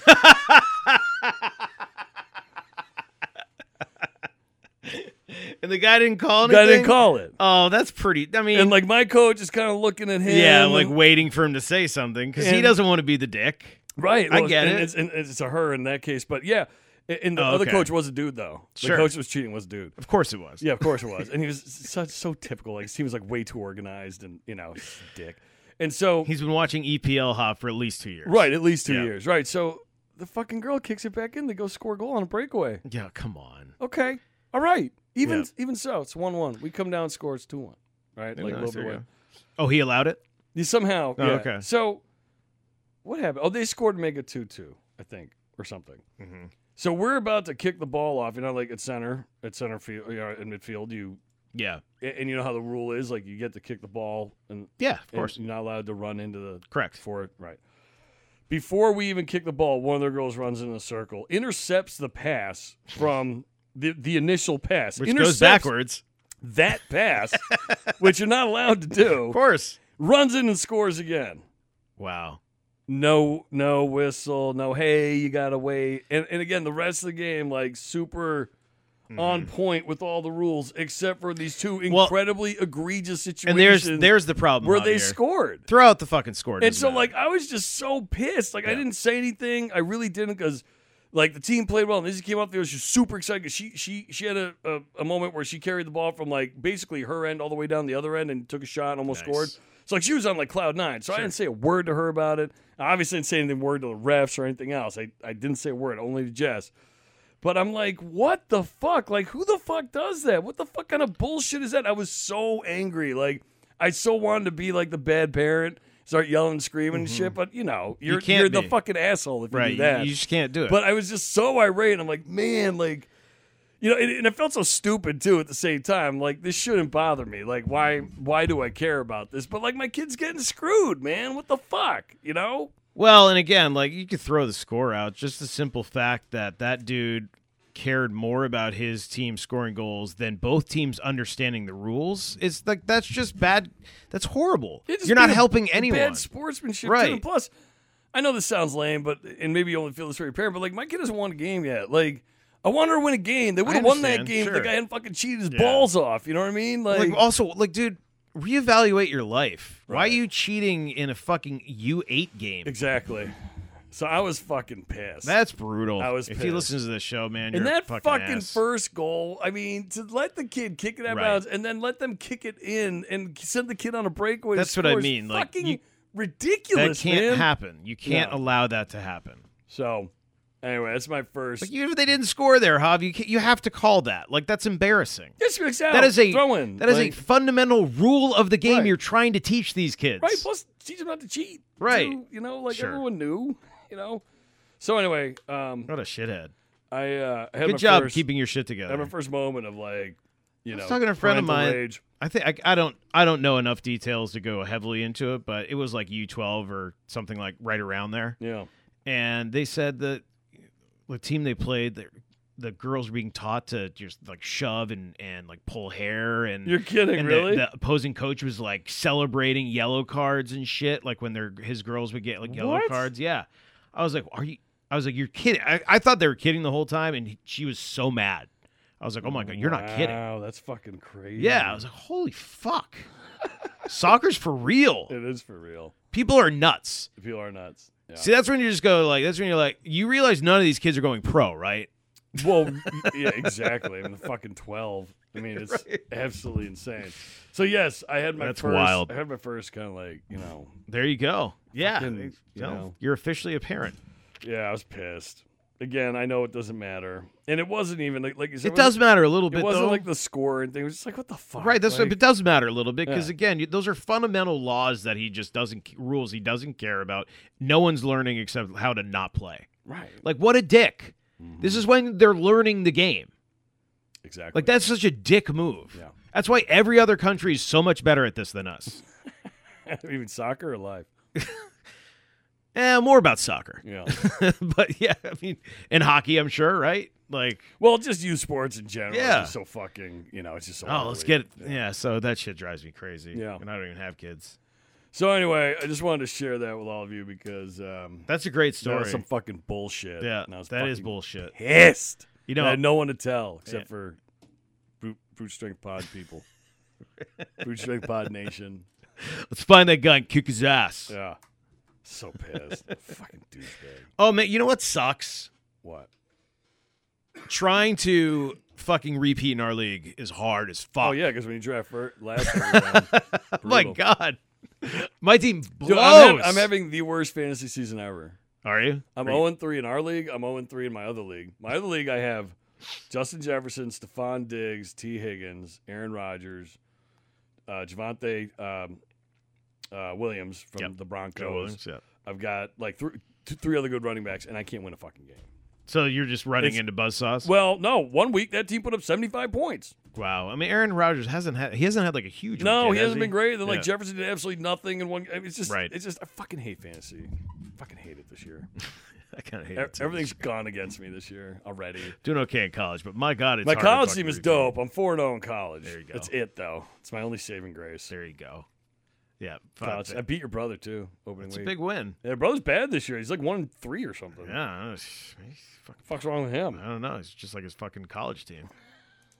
Speaker 3: And the guy didn't call anything.
Speaker 2: I didn't call it.
Speaker 3: Oh, that's pretty. I mean,
Speaker 2: and like my coach is kind of looking at him.
Speaker 3: yeah, like
Speaker 2: and-
Speaker 3: waiting for him to say something because he
Speaker 2: And-
Speaker 3: doesn't want to be the dick.
Speaker 2: right.
Speaker 3: I
Speaker 2: well,
Speaker 3: get
Speaker 2: and
Speaker 3: it.
Speaker 2: It's, and it's a her in that case, but yeah. a- And the
Speaker 3: Oh,
Speaker 2: other
Speaker 3: okay.
Speaker 2: coach was a dude though.
Speaker 3: Sure.
Speaker 2: The coach that was cheating was a dude.
Speaker 3: Of course it was.
Speaker 2: Yeah, of course it was. and he was such so typical. Like his team was like way too organized, and you know, he's a dick. And so
Speaker 3: He's been watching EPL Hop for at least two years.
Speaker 2: right, at least two
Speaker 3: Yeah.
Speaker 2: years. Right. So the fucking girl kicks it back in. They go score a goal on a breakaway.
Speaker 3: Yeah, come on.
Speaker 2: Okay. All right. Even
Speaker 3: Yeah.
Speaker 2: even so, it's one one. We come down, score. It's two one. Right. Like a
Speaker 3: Nice,
Speaker 2: little
Speaker 3: there
Speaker 2: bit
Speaker 3: you
Speaker 2: away.
Speaker 3: go. Oh, he allowed it?
Speaker 2: You somehow.
Speaker 3: Oh,
Speaker 2: yeah.
Speaker 3: okay.
Speaker 2: So what happened? Oh, they scored Mega 2 2, I think, or something.
Speaker 3: Mhm.
Speaker 2: So we're about to kick the ball off, you know, like at center, at center field, you know, in midfield. You
Speaker 3: Yeah.
Speaker 2: a- and you know how the rule is, like you get to kick the ball, and
Speaker 3: Yeah, of
Speaker 2: and
Speaker 3: course.
Speaker 2: you're not allowed to run into the
Speaker 3: Correct.
Speaker 2: for it, right? Before we even kick the ball, one of their girls runs in a circle, intercepts the pass from the the initial pass,
Speaker 3: Which
Speaker 2: intercepts
Speaker 3: goes backwards.
Speaker 2: that pass, which you're not allowed to do,
Speaker 3: Of course.
Speaker 2: runs in and scores again
Speaker 3: Wow.
Speaker 2: no no whistle no hey you gotta wait and, and again the rest of the game like super on point with all the rules except for these two
Speaker 3: Mm-hmm. Well-
Speaker 2: incredibly egregious
Speaker 3: And
Speaker 2: situations
Speaker 3: there's there's the problem.
Speaker 2: where they
Speaker 3: Javier.
Speaker 2: scored
Speaker 3: Throw out the fucking score.
Speaker 2: and
Speaker 3: doesn't
Speaker 2: so
Speaker 3: matter.
Speaker 2: like i was just so pissed like i
Speaker 3: Yeah.
Speaker 2: didn't say anything i really didn't because like the team played well and this came off the field she was super excited 'cause she she she had a, a, a moment where she carried the ball from like basically her end all the way down the other end and took a shot and almost
Speaker 3: Nice.
Speaker 2: scored so like she was on like cloud nine so i didn't say a word to her about it i obviously didn't say anything word to the refs or anything else i, I didn't say a word only to jess but I'm like, what the fuck? Like, who the fuck does that? What the fuck kind of bullshit is that? I was so angry. Like, I so wanted to be like the bad parent, start yelling, and screaming, and shit. But you know, you're
Speaker 3: Mm-hmm. can't
Speaker 2: are the
Speaker 3: be.
Speaker 2: fucking asshole if you
Speaker 3: right,
Speaker 2: do
Speaker 3: you-
Speaker 2: that.
Speaker 3: you, just can't do it.
Speaker 2: but I was just so irate. I'm like, man, like, you know, and, and it felt so stupid too. At the same time, like, this shouldn't bother me. Like, why? Why do I care about this? But like, my kid's getting screwed, man. What the fuck? You know?
Speaker 3: Well, and again, like you could throw the score out. Just the simple fact that that dude cared more about his team scoring goals than both teams understanding the rules. It's like that's just bad. That's horrible.
Speaker 2: It's just
Speaker 3: You're not
Speaker 2: being a-
Speaker 3: helping
Speaker 2: a
Speaker 3: anyone.
Speaker 2: Bad sportsmanship. Right.
Speaker 3: Right.
Speaker 2: And plus, I know this sounds lame, but and maybe you only feel this for your parent, but like my kid hasn't won a game yet. Like I want her to win a game. They would have won that
Speaker 3: understand,
Speaker 2: game. if The
Speaker 3: sure.
Speaker 2: guy hadn't fucking cheated his balls off. You know what I mean? Like,
Speaker 3: like also, like dude, reevaluate your life. Why are
Speaker 2: Right.
Speaker 3: you cheating in a fucking U8 game?
Speaker 2: exactly. So I was fucking pissed.
Speaker 3: That's brutal.
Speaker 2: I was
Speaker 3: if he
Speaker 2: pissed.
Speaker 3: listens to this show, man,
Speaker 2: and
Speaker 3: you're a
Speaker 2: that
Speaker 3: fucking,
Speaker 2: fucking,
Speaker 3: ass.
Speaker 2: first goal, I mean, to let the kid kick it out of
Speaker 3: Right.
Speaker 2: bounds and then let them kick it in and send the kid on a breakaway. to
Speaker 3: That's what I
Speaker 2: score is
Speaker 3: mean, like,
Speaker 2: fucking
Speaker 3: you- that
Speaker 2: ridiculous,
Speaker 3: can't
Speaker 2: man.
Speaker 3: happen. You can't
Speaker 2: No.
Speaker 3: allow that to happen.
Speaker 2: So, anyway, that's my first.
Speaker 3: Like even if they didn't score there, Hav, you ca- you have to call that. Like that's embarrassing.
Speaker 2: This makes out.
Speaker 3: That is a
Speaker 2: throw in.
Speaker 3: that is
Speaker 2: like,
Speaker 3: a fundamental rule of the game
Speaker 2: Right.
Speaker 3: you're trying to teach these kids.
Speaker 2: right. Plus, teach them not to cheat.
Speaker 3: Right.
Speaker 2: too, you know, like
Speaker 3: Sure.
Speaker 2: everyone knew. You know. So anyway, um,
Speaker 3: What a shithead.
Speaker 2: I uh, I had my
Speaker 3: Good job
Speaker 2: first,
Speaker 3: keeping your shit
Speaker 2: I had my
Speaker 3: together.
Speaker 2: first moment of like, you
Speaker 3: I
Speaker 2: know,
Speaker 3: was talking to a friend of
Speaker 2: parental
Speaker 3: mine-
Speaker 2: rage.
Speaker 3: I think I, I don't I don't know enough details to go heavily into it, but it was like U12 or something like right around there.
Speaker 2: Yeah.
Speaker 3: and they said that the team they played, the, the girls were being taught to just like shove and, and like pull hair, and
Speaker 2: You're kidding,
Speaker 3: and the-
Speaker 2: really?
Speaker 3: The, opposing coach was like celebrating yellow cards and shit, like when their his girls would get like yellow
Speaker 2: What?
Speaker 3: cards. Yeah, I was like, are you? I was like, you're kidding. I, I thought they were kidding the whole time, and he- she was so mad. I was like, oh my god, you're not kidding.
Speaker 2: Wow, that's fucking crazy.
Speaker 3: Yeah, I was like, holy fuck. Soccer's for real.
Speaker 2: it is for real.
Speaker 3: People are nuts.
Speaker 2: People are nuts. Yeah.
Speaker 3: See, that's when you just go like, that's when you're like, you realize none of these kids are going pro, right?
Speaker 2: Well, yeah, exactly. I'm the fucking twelve. I mean, it's absolutely insane. So yes, I had my
Speaker 3: That's
Speaker 2: first.
Speaker 3: wild.
Speaker 2: I had my first kind of like you know.
Speaker 3: There you go. Yeah,
Speaker 2: Fucking,
Speaker 3: you
Speaker 2: you
Speaker 3: know,
Speaker 2: know.
Speaker 3: you're officially a parent.
Speaker 2: Yeah, I was pissed. Again, I know it doesn't matter, and it wasn't even like like you said.
Speaker 3: It does matter a little
Speaker 2: It
Speaker 3: bit,
Speaker 2: wasn't
Speaker 3: though.
Speaker 2: like the score and thing. It was just like what the fuck.
Speaker 3: right, that's
Speaker 2: like,
Speaker 3: it does matter a little bit because
Speaker 2: Yeah.
Speaker 3: again, you- those are fundamental laws that he just doesn't rules he doesn't care about. No one's learning except how to not play.
Speaker 2: right.
Speaker 3: Like what a dick. This is when they're learning the game.
Speaker 2: Exactly.
Speaker 3: Like that's such a dick move.
Speaker 2: Yeah.
Speaker 3: That's why every other country is so much better at this than us.
Speaker 2: even soccer or life.
Speaker 3: eh, more about soccer.
Speaker 2: Yeah.
Speaker 3: but yeah, I mean, and hockey, I'm sure, right? Like
Speaker 2: well, just youth sports in general. Yeah.
Speaker 3: Yeah.
Speaker 2: Just so fucking. You know, it's just so.
Speaker 3: Oh, let's get
Speaker 2: ugly.
Speaker 3: it. Yeah. so that shit drives me crazy.
Speaker 2: Yeah.
Speaker 3: And I don't even have kids.
Speaker 2: So anyway, I just wanted to share that with all of you because um,
Speaker 3: That's a great
Speaker 2: that
Speaker 3: story.
Speaker 2: was some fucking bullshit.
Speaker 3: yeah,
Speaker 2: and I was
Speaker 3: that is
Speaker 2: fucking
Speaker 3: bullshit.
Speaker 2: Pissed.
Speaker 3: You
Speaker 2: I
Speaker 3: know,
Speaker 2: had no one to tell except
Speaker 3: Yeah.
Speaker 2: for brute, brute strength pod people, brute strength pod nation.
Speaker 3: let's find that guy and kick his ass.
Speaker 2: Yeah, so pissed, fucking douchebag.
Speaker 3: Oh, man, you know what sucks?
Speaker 2: What?
Speaker 3: Trying to fucking repeat in our league is hard as fuck.
Speaker 2: Oh yeah, because when you draft first, last, round,
Speaker 3: My
Speaker 2: brutal.
Speaker 3: God. My team blows.
Speaker 2: Dude, I'm, hav- I'm having the worst fantasy season ever.
Speaker 3: Are you?
Speaker 2: I'm
Speaker 3: Are you-
Speaker 2: zero and three in our league. I'm zero and three in my other league. My other league, I have Justin Jefferson, Stephon Diggs, T. Higgins, Aaron Rodgers, uh, Javante um, uh, Williams from
Speaker 3: Yep.
Speaker 2: the Broncos.
Speaker 3: Joe Williams, yeah.
Speaker 2: I've got like three, two, three other good running backs, and I can't win a fucking game.
Speaker 3: So you're just running
Speaker 2: It's-
Speaker 3: into buzzsaws?
Speaker 2: Well, no, one week that team put up seventy five points.
Speaker 3: wow. I mean, Aaron Rodgers hasn't had, he hasn't had like a huge
Speaker 2: No,
Speaker 3: weekend,
Speaker 2: he
Speaker 3: has
Speaker 2: hasn't been great. Then like
Speaker 3: Yeah.
Speaker 2: Jefferson did absolutely nothing in one. I mean, it's just,
Speaker 3: Right.
Speaker 2: it's just I fucking hate fantasy. fucking hate it this year.
Speaker 3: I kind of hate
Speaker 2: E-
Speaker 3: it. too.
Speaker 2: Everything's gone against me this year already.
Speaker 3: Doing okay in college, but my God, it's
Speaker 2: my
Speaker 3: hard to
Speaker 2: college
Speaker 3: fucking
Speaker 2: team is
Speaker 3: repeat.
Speaker 2: dope. I'm 4 0 in college.
Speaker 3: There you go.
Speaker 2: That's it, though. It's my only saving grace.
Speaker 3: There you go. Yeah, fuck,
Speaker 2: College- I
Speaker 3: that-
Speaker 2: beat your brother, too, opening
Speaker 3: that's a
Speaker 2: week.
Speaker 3: big win.
Speaker 2: yeah, brother's bad this year. He's like 1 and 3 or something.
Speaker 3: Yeah, I don't know, it's- it's fuck-
Speaker 2: fuck's wrong with him?
Speaker 3: I don't know. It's just like his fucking college team.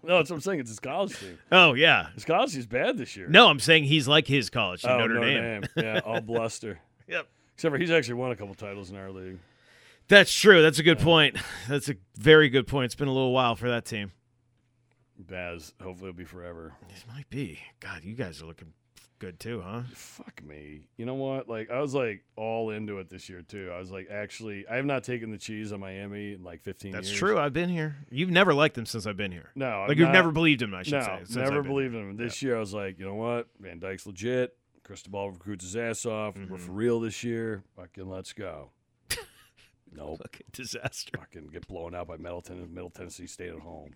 Speaker 2: No, that's what I'm saying. It's his college team.
Speaker 3: Oh yeah.
Speaker 2: His college team's bad this year.
Speaker 3: No, I'm saying he's like his college team,
Speaker 2: Oh,
Speaker 3: Notre, Dame.
Speaker 2: Yeah, all bluster.
Speaker 3: Yep.
Speaker 2: Except for he's actually won a couple titles in our league.
Speaker 3: That's true. That's a good point. That's a very good point. It's been a little while for that team.
Speaker 2: Baz, hopefully, it'll be forever.
Speaker 3: This might be. God, you guys are looking good too, huh?
Speaker 2: Fuck me. You know what? Like, I was like all into it this year, too. I was like, actually, I have not taken the cheese on Miami in like 15 years.
Speaker 3: That's true. I've been here. You've never liked him since I've been here.
Speaker 2: No, I'm
Speaker 3: like you've
Speaker 2: not-
Speaker 3: never believed him. I should
Speaker 2: No,
Speaker 3: say. since I've
Speaker 2: never
Speaker 3: been
Speaker 2: believed in him. This year, I was like, you know what? Van Dyke's legit. Cristobal recruits his ass off.
Speaker 3: Mm-hmm.
Speaker 2: We're for real this year. Fucking let's go.
Speaker 3: here.
Speaker 2: nope.
Speaker 3: Fucking disaster.
Speaker 2: Fucking get blown out by Middleton and Middle Tennessee State at home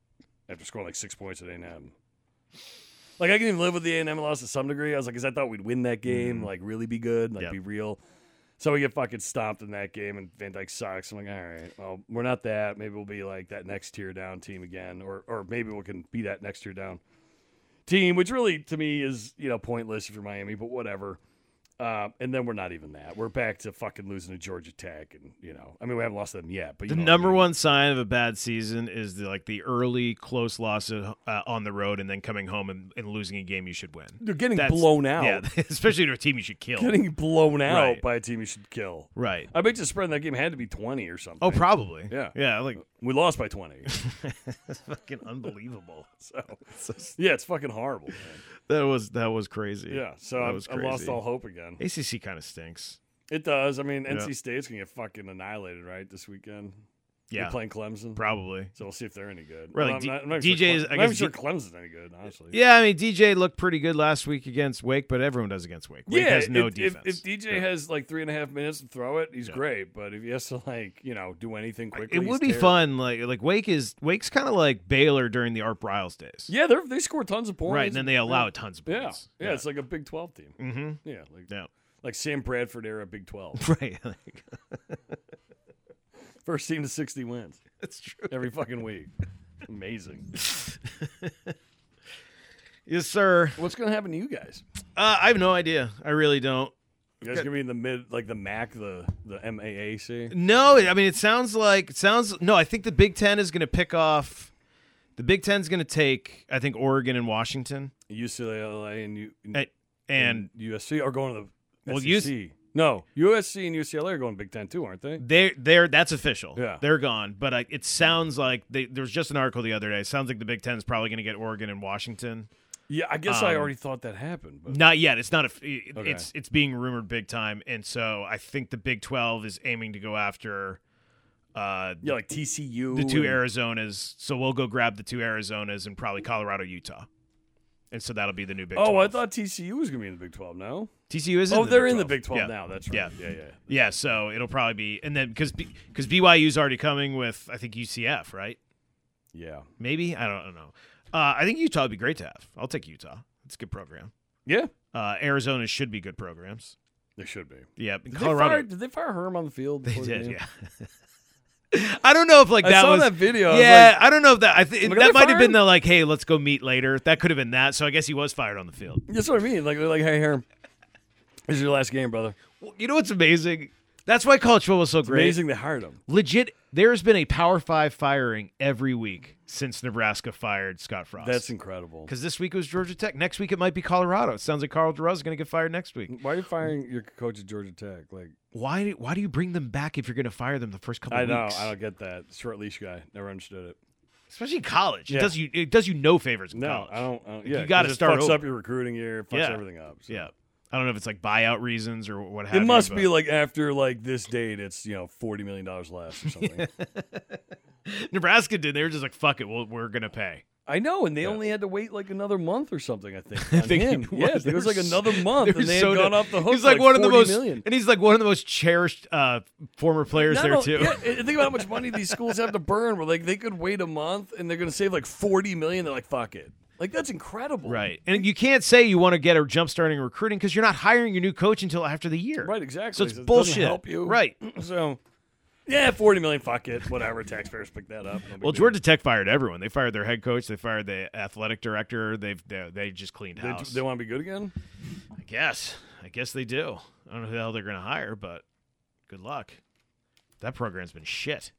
Speaker 2: after scoring like six points at A&M. Like I can even live with the A&M loss to some degree. I was like, because I thought we'd win that game, like really be good, like
Speaker 3: Yep.
Speaker 2: be real. So we get fucking stomped in that game, and Van Dyke sucks. I'm like, all right, well, we're not that. Maybe we'll be like that next tier down team again, or or maybe we can be that next tier down team, which really to me is you know pointless if you're Miami, but whatever. Uh, and then we're not even that. We're back to fucking losing to Georgia Tech, and you know, I mean, we haven't lost them yet, but you
Speaker 3: The
Speaker 2: know what I
Speaker 3: number
Speaker 2: mean.
Speaker 3: one sign of a bad season is the, like the early close loss uh, on the road and then coming home and, and losing a game you should win.
Speaker 2: they're getting
Speaker 3: That's-
Speaker 2: blown out.
Speaker 3: Yeah, especially to a team you should kill.
Speaker 2: getting blown out
Speaker 3: Right.
Speaker 2: by a team you should kill.
Speaker 3: Right.
Speaker 2: I bet you the spread in that game had to be 20 or something.
Speaker 3: Oh, probably.
Speaker 2: Yeah.
Speaker 3: Yeah. Like
Speaker 2: we lost by 20.
Speaker 3: that's fucking unbelievable.
Speaker 2: So, yeah, it's fucking horrible. man.
Speaker 3: That was that was crazy.
Speaker 2: Yeah, so
Speaker 3: That
Speaker 2: I'm,
Speaker 3: was
Speaker 2: I'm lost
Speaker 3: crazy.
Speaker 2: all hope again.
Speaker 3: ACC kind of stinks.
Speaker 2: It does. I mean,
Speaker 3: Yeah.
Speaker 2: NC State's going to get fucking annihilated, right, this weekend?
Speaker 3: Yeah.
Speaker 2: They're playing Clemson.
Speaker 3: probably.
Speaker 2: So we'll see if they're any good.
Speaker 3: Right,
Speaker 2: Well,
Speaker 3: like
Speaker 2: I'm
Speaker 3: D-
Speaker 2: not, I'm not
Speaker 3: DJ is-
Speaker 2: sure,
Speaker 3: I
Speaker 2: Cle- I'm not
Speaker 3: guess
Speaker 2: sure
Speaker 3: D-
Speaker 2: Clemson's any good, honestly.
Speaker 3: Yeah, I mean DJ looked pretty good last week against Wake, but everyone does against Wake. Wake
Speaker 2: Yeah,
Speaker 3: has no
Speaker 2: if, if-
Speaker 3: defense.
Speaker 2: If, DJ
Speaker 3: Yeah.
Speaker 2: has like three and a half minutes to throw it, he's great. But if he has to like you know do anything quickly,
Speaker 3: it would
Speaker 2: he's
Speaker 3: be
Speaker 2: terrible.
Speaker 3: fun. Like like Wake is Wake's kind of like Baylor during the Art Briles days.
Speaker 2: Yeah, they they score tons of points,
Speaker 3: Right, and then they
Speaker 2: Yeah.
Speaker 3: allow tons of
Speaker 2: Yeah.
Speaker 3: points.
Speaker 2: yeah, it's like a Big Twelve team.
Speaker 3: mm-hmm.
Speaker 2: Yeah, like
Speaker 3: Yeah.
Speaker 2: like Sam Bradford era Big Twelve,
Speaker 3: Right. Like,
Speaker 2: first team to sixty wins
Speaker 3: that's true.
Speaker 2: every fucking week. Amazing.
Speaker 3: Yes, sir.
Speaker 2: What's gonna happen to you guys?
Speaker 3: Uh, I have no idea. I really don't.
Speaker 2: You guys gonna be in the mid, like the MAC, the the MAAC?
Speaker 3: No, I mean it sounds like it sounds no, I think the Big 10 is going to pick off the Big 10's going to take I think Oregon and Washington
Speaker 2: UCLA and U
Speaker 3: and, and
Speaker 2: USC are going to the
Speaker 3: Well,
Speaker 2: SEC.
Speaker 3: US
Speaker 2: no, USC and UCLA are going Big Ten too, aren't they?
Speaker 3: they they're that's official.
Speaker 2: Yeah.
Speaker 3: They're gone, but I, it sounds like they, there was just an article the other day. It sounds like the Big 10 is probably going to get Oregon and Washington.
Speaker 2: Yeah, I guess I
Speaker 3: Um,
Speaker 2: already thought that happened. But
Speaker 3: Not yet. It's not a. It,
Speaker 2: Okay.
Speaker 3: It's it's being rumored big time, and so I think the Big Twelve is aiming to go after uh,
Speaker 2: yeah, like TCU,
Speaker 3: the two
Speaker 2: and-
Speaker 3: Arizonas. So we'll go grab the two Arizonas and probably Colorado, Utah, and so that'll be the new Big.
Speaker 2: Oh, I
Speaker 3: 12.
Speaker 2: thought TCU was gonna be in the Big Twelve now.
Speaker 3: TCU is.
Speaker 2: Oh,
Speaker 3: the
Speaker 2: they're
Speaker 3: Big
Speaker 2: in the Big 12
Speaker 3: Yeah.
Speaker 2: now. That's right.
Speaker 3: Yeah.
Speaker 2: yeah, yeah.
Speaker 3: Yeah, so it'll probably be, and then because because BYU's already coming with I think UCF, right?
Speaker 2: Yeah.
Speaker 3: Maybe I don't, I don't know. Uh, I think Utah would be great to have. I'll take Utah. It's a good program.
Speaker 2: Yeah.
Speaker 3: Uh, Arizona should be good programs.
Speaker 2: They should be.
Speaker 3: Yeah,
Speaker 2: Did
Speaker 3: Colorado.
Speaker 2: They fire, did they fire Herm on the field?
Speaker 3: They
Speaker 2: before the
Speaker 3: did,
Speaker 2: game?
Speaker 3: yeah. I don't know if like
Speaker 2: I
Speaker 3: that
Speaker 2: saw
Speaker 3: was
Speaker 2: that video.
Speaker 3: yeah,
Speaker 2: Yeah.
Speaker 3: I don't know if that I think
Speaker 2: Like, are they
Speaker 3: that might have
Speaker 2: fired?
Speaker 3: been the like, hey, let's go meet later. That could have been that. So I guess he was fired on the field.
Speaker 2: that's what I mean. Like, they're like, hey, Herm, this is your last game, brother.
Speaker 3: Well, you know what's amazing? That's why college football is so great.
Speaker 2: Amazing they hired him.
Speaker 3: Legit, there has been a Power Five firing every week since Nebraska fired Scott Frost.
Speaker 2: That's incredible.
Speaker 3: because this week it was Georgia Tech. Next week it might be Colorado. It sounds like Carl Durrell is going to get fired next week.
Speaker 2: Why are you firing your coach at Georgia Tech? Like,
Speaker 3: Why? Do, why do you bring them back if you're going to fire them the first couple
Speaker 2: I
Speaker 3: of
Speaker 2: know.
Speaker 3: weeks?
Speaker 2: I don't get that. Short leash guy. Never understood it.
Speaker 3: Especially in college,
Speaker 2: Yeah.
Speaker 3: it does you it does you no favors. In
Speaker 2: No,
Speaker 3: college.
Speaker 2: I don't. I don't yeah,
Speaker 3: you gotta
Speaker 2: 'cause it
Speaker 3: start
Speaker 2: fucks
Speaker 3: over.
Speaker 2: up your recruiting year. Fucks
Speaker 3: Yeah.
Speaker 2: everything up. so.
Speaker 3: Yeah. I don't know if it's like buyout reasons or what have
Speaker 2: It
Speaker 3: you,
Speaker 2: must
Speaker 3: but-
Speaker 2: be like after like this date, it's you know forty million dollars less or something.
Speaker 3: Nebraska did. They were just like, "Fuck it, we'll, we're gonna pay."
Speaker 2: I know, and they
Speaker 3: Yeah.
Speaker 2: only had to wait like another month or something. I think. on
Speaker 3: think he
Speaker 2: him.
Speaker 3: was.
Speaker 2: Yeah, I think it was like
Speaker 3: They were
Speaker 2: another
Speaker 3: They
Speaker 2: month,
Speaker 3: were
Speaker 2: and they
Speaker 3: so
Speaker 2: had gone
Speaker 3: done.
Speaker 2: off the hook.
Speaker 3: He's
Speaker 2: for,
Speaker 3: like, one of the
Speaker 2: 40
Speaker 3: most,
Speaker 2: million.
Speaker 3: and he's like one of the most cherished uh, former players
Speaker 2: Not
Speaker 3: there
Speaker 2: only-
Speaker 3: too.
Speaker 2: yeah, and think about how much money these schools have to burn. Where like they could wait a month and they're going to save like forty million. They're like, fuck it. Like that's incredible.
Speaker 3: Right, and you can't say you want to get a jump starting recruiting because you're not hiring your new coach until after the year.
Speaker 2: Right. Exactly.
Speaker 3: So it's
Speaker 2: it doesn't
Speaker 3: bullshit.
Speaker 2: Help you.
Speaker 3: Right.
Speaker 2: So. Yeah, forty million. Fuck it. Whatever. Taxpayers pick that up. no big
Speaker 3: Well,
Speaker 2: deal.
Speaker 3: Georgia Tech fired everyone. They fired their head coach. They fired the athletic director. They've they, they just cleaned
Speaker 2: They,
Speaker 3: house.
Speaker 2: they want to be good again.
Speaker 3: I guess. I guess they do. I don't know who the hell they're going to hire, but good luck. That program's been shit.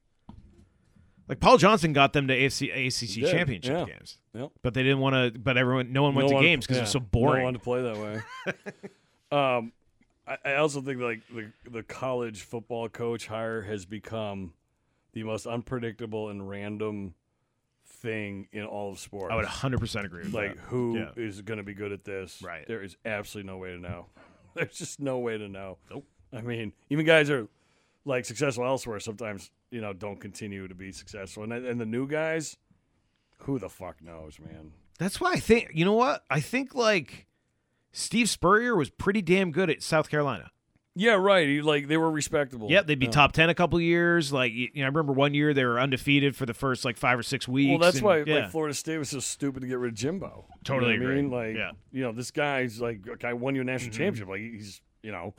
Speaker 3: Like Paul Johnson got them to AFC, ACC
Speaker 2: He did,
Speaker 3: championship
Speaker 2: yeah.
Speaker 3: games,
Speaker 2: Yep.
Speaker 3: but they didn't want to. But everyone, no one went
Speaker 2: No
Speaker 3: to
Speaker 2: one-
Speaker 3: games because it was
Speaker 2: yeah,
Speaker 3: so boring.
Speaker 2: No one to play that way. um, I, I also think like the the college football coach hire has become the most unpredictable and random thing in all of sports.
Speaker 3: I would 100 percent agree with
Speaker 2: like
Speaker 3: that.
Speaker 2: who
Speaker 3: Yeah.
Speaker 2: going to be good at this?
Speaker 3: Right.
Speaker 2: There is absolutely no way to know. There's just no way to know.
Speaker 3: Nope.
Speaker 2: I mean, even guys are like successful elsewhere. Sometimes you know don't continue to be successful, and and the new guys, who the fuck knows, man.
Speaker 3: That's why I think you know what I think. Like Steve Spurrier was pretty damn good at South Carolina.
Speaker 2: Yeah, right. He, like they were respectable.
Speaker 3: Yep, they'd be
Speaker 2: Oh, Yeah.
Speaker 3: top ten a couple years. Like you know, I remember one year they were undefeated for the first like five or six weeks.
Speaker 2: Well, that's
Speaker 3: and-
Speaker 2: why
Speaker 3: yeah.
Speaker 2: like Florida State was so stupid to get rid of Jimbo.
Speaker 3: Totally
Speaker 2: you know what I
Speaker 3: agree.
Speaker 2: mean? Like,
Speaker 3: Yeah. Mm-hmm.
Speaker 2: you know, this guy's like, okay, I won you a national championship. Like, he's, you know,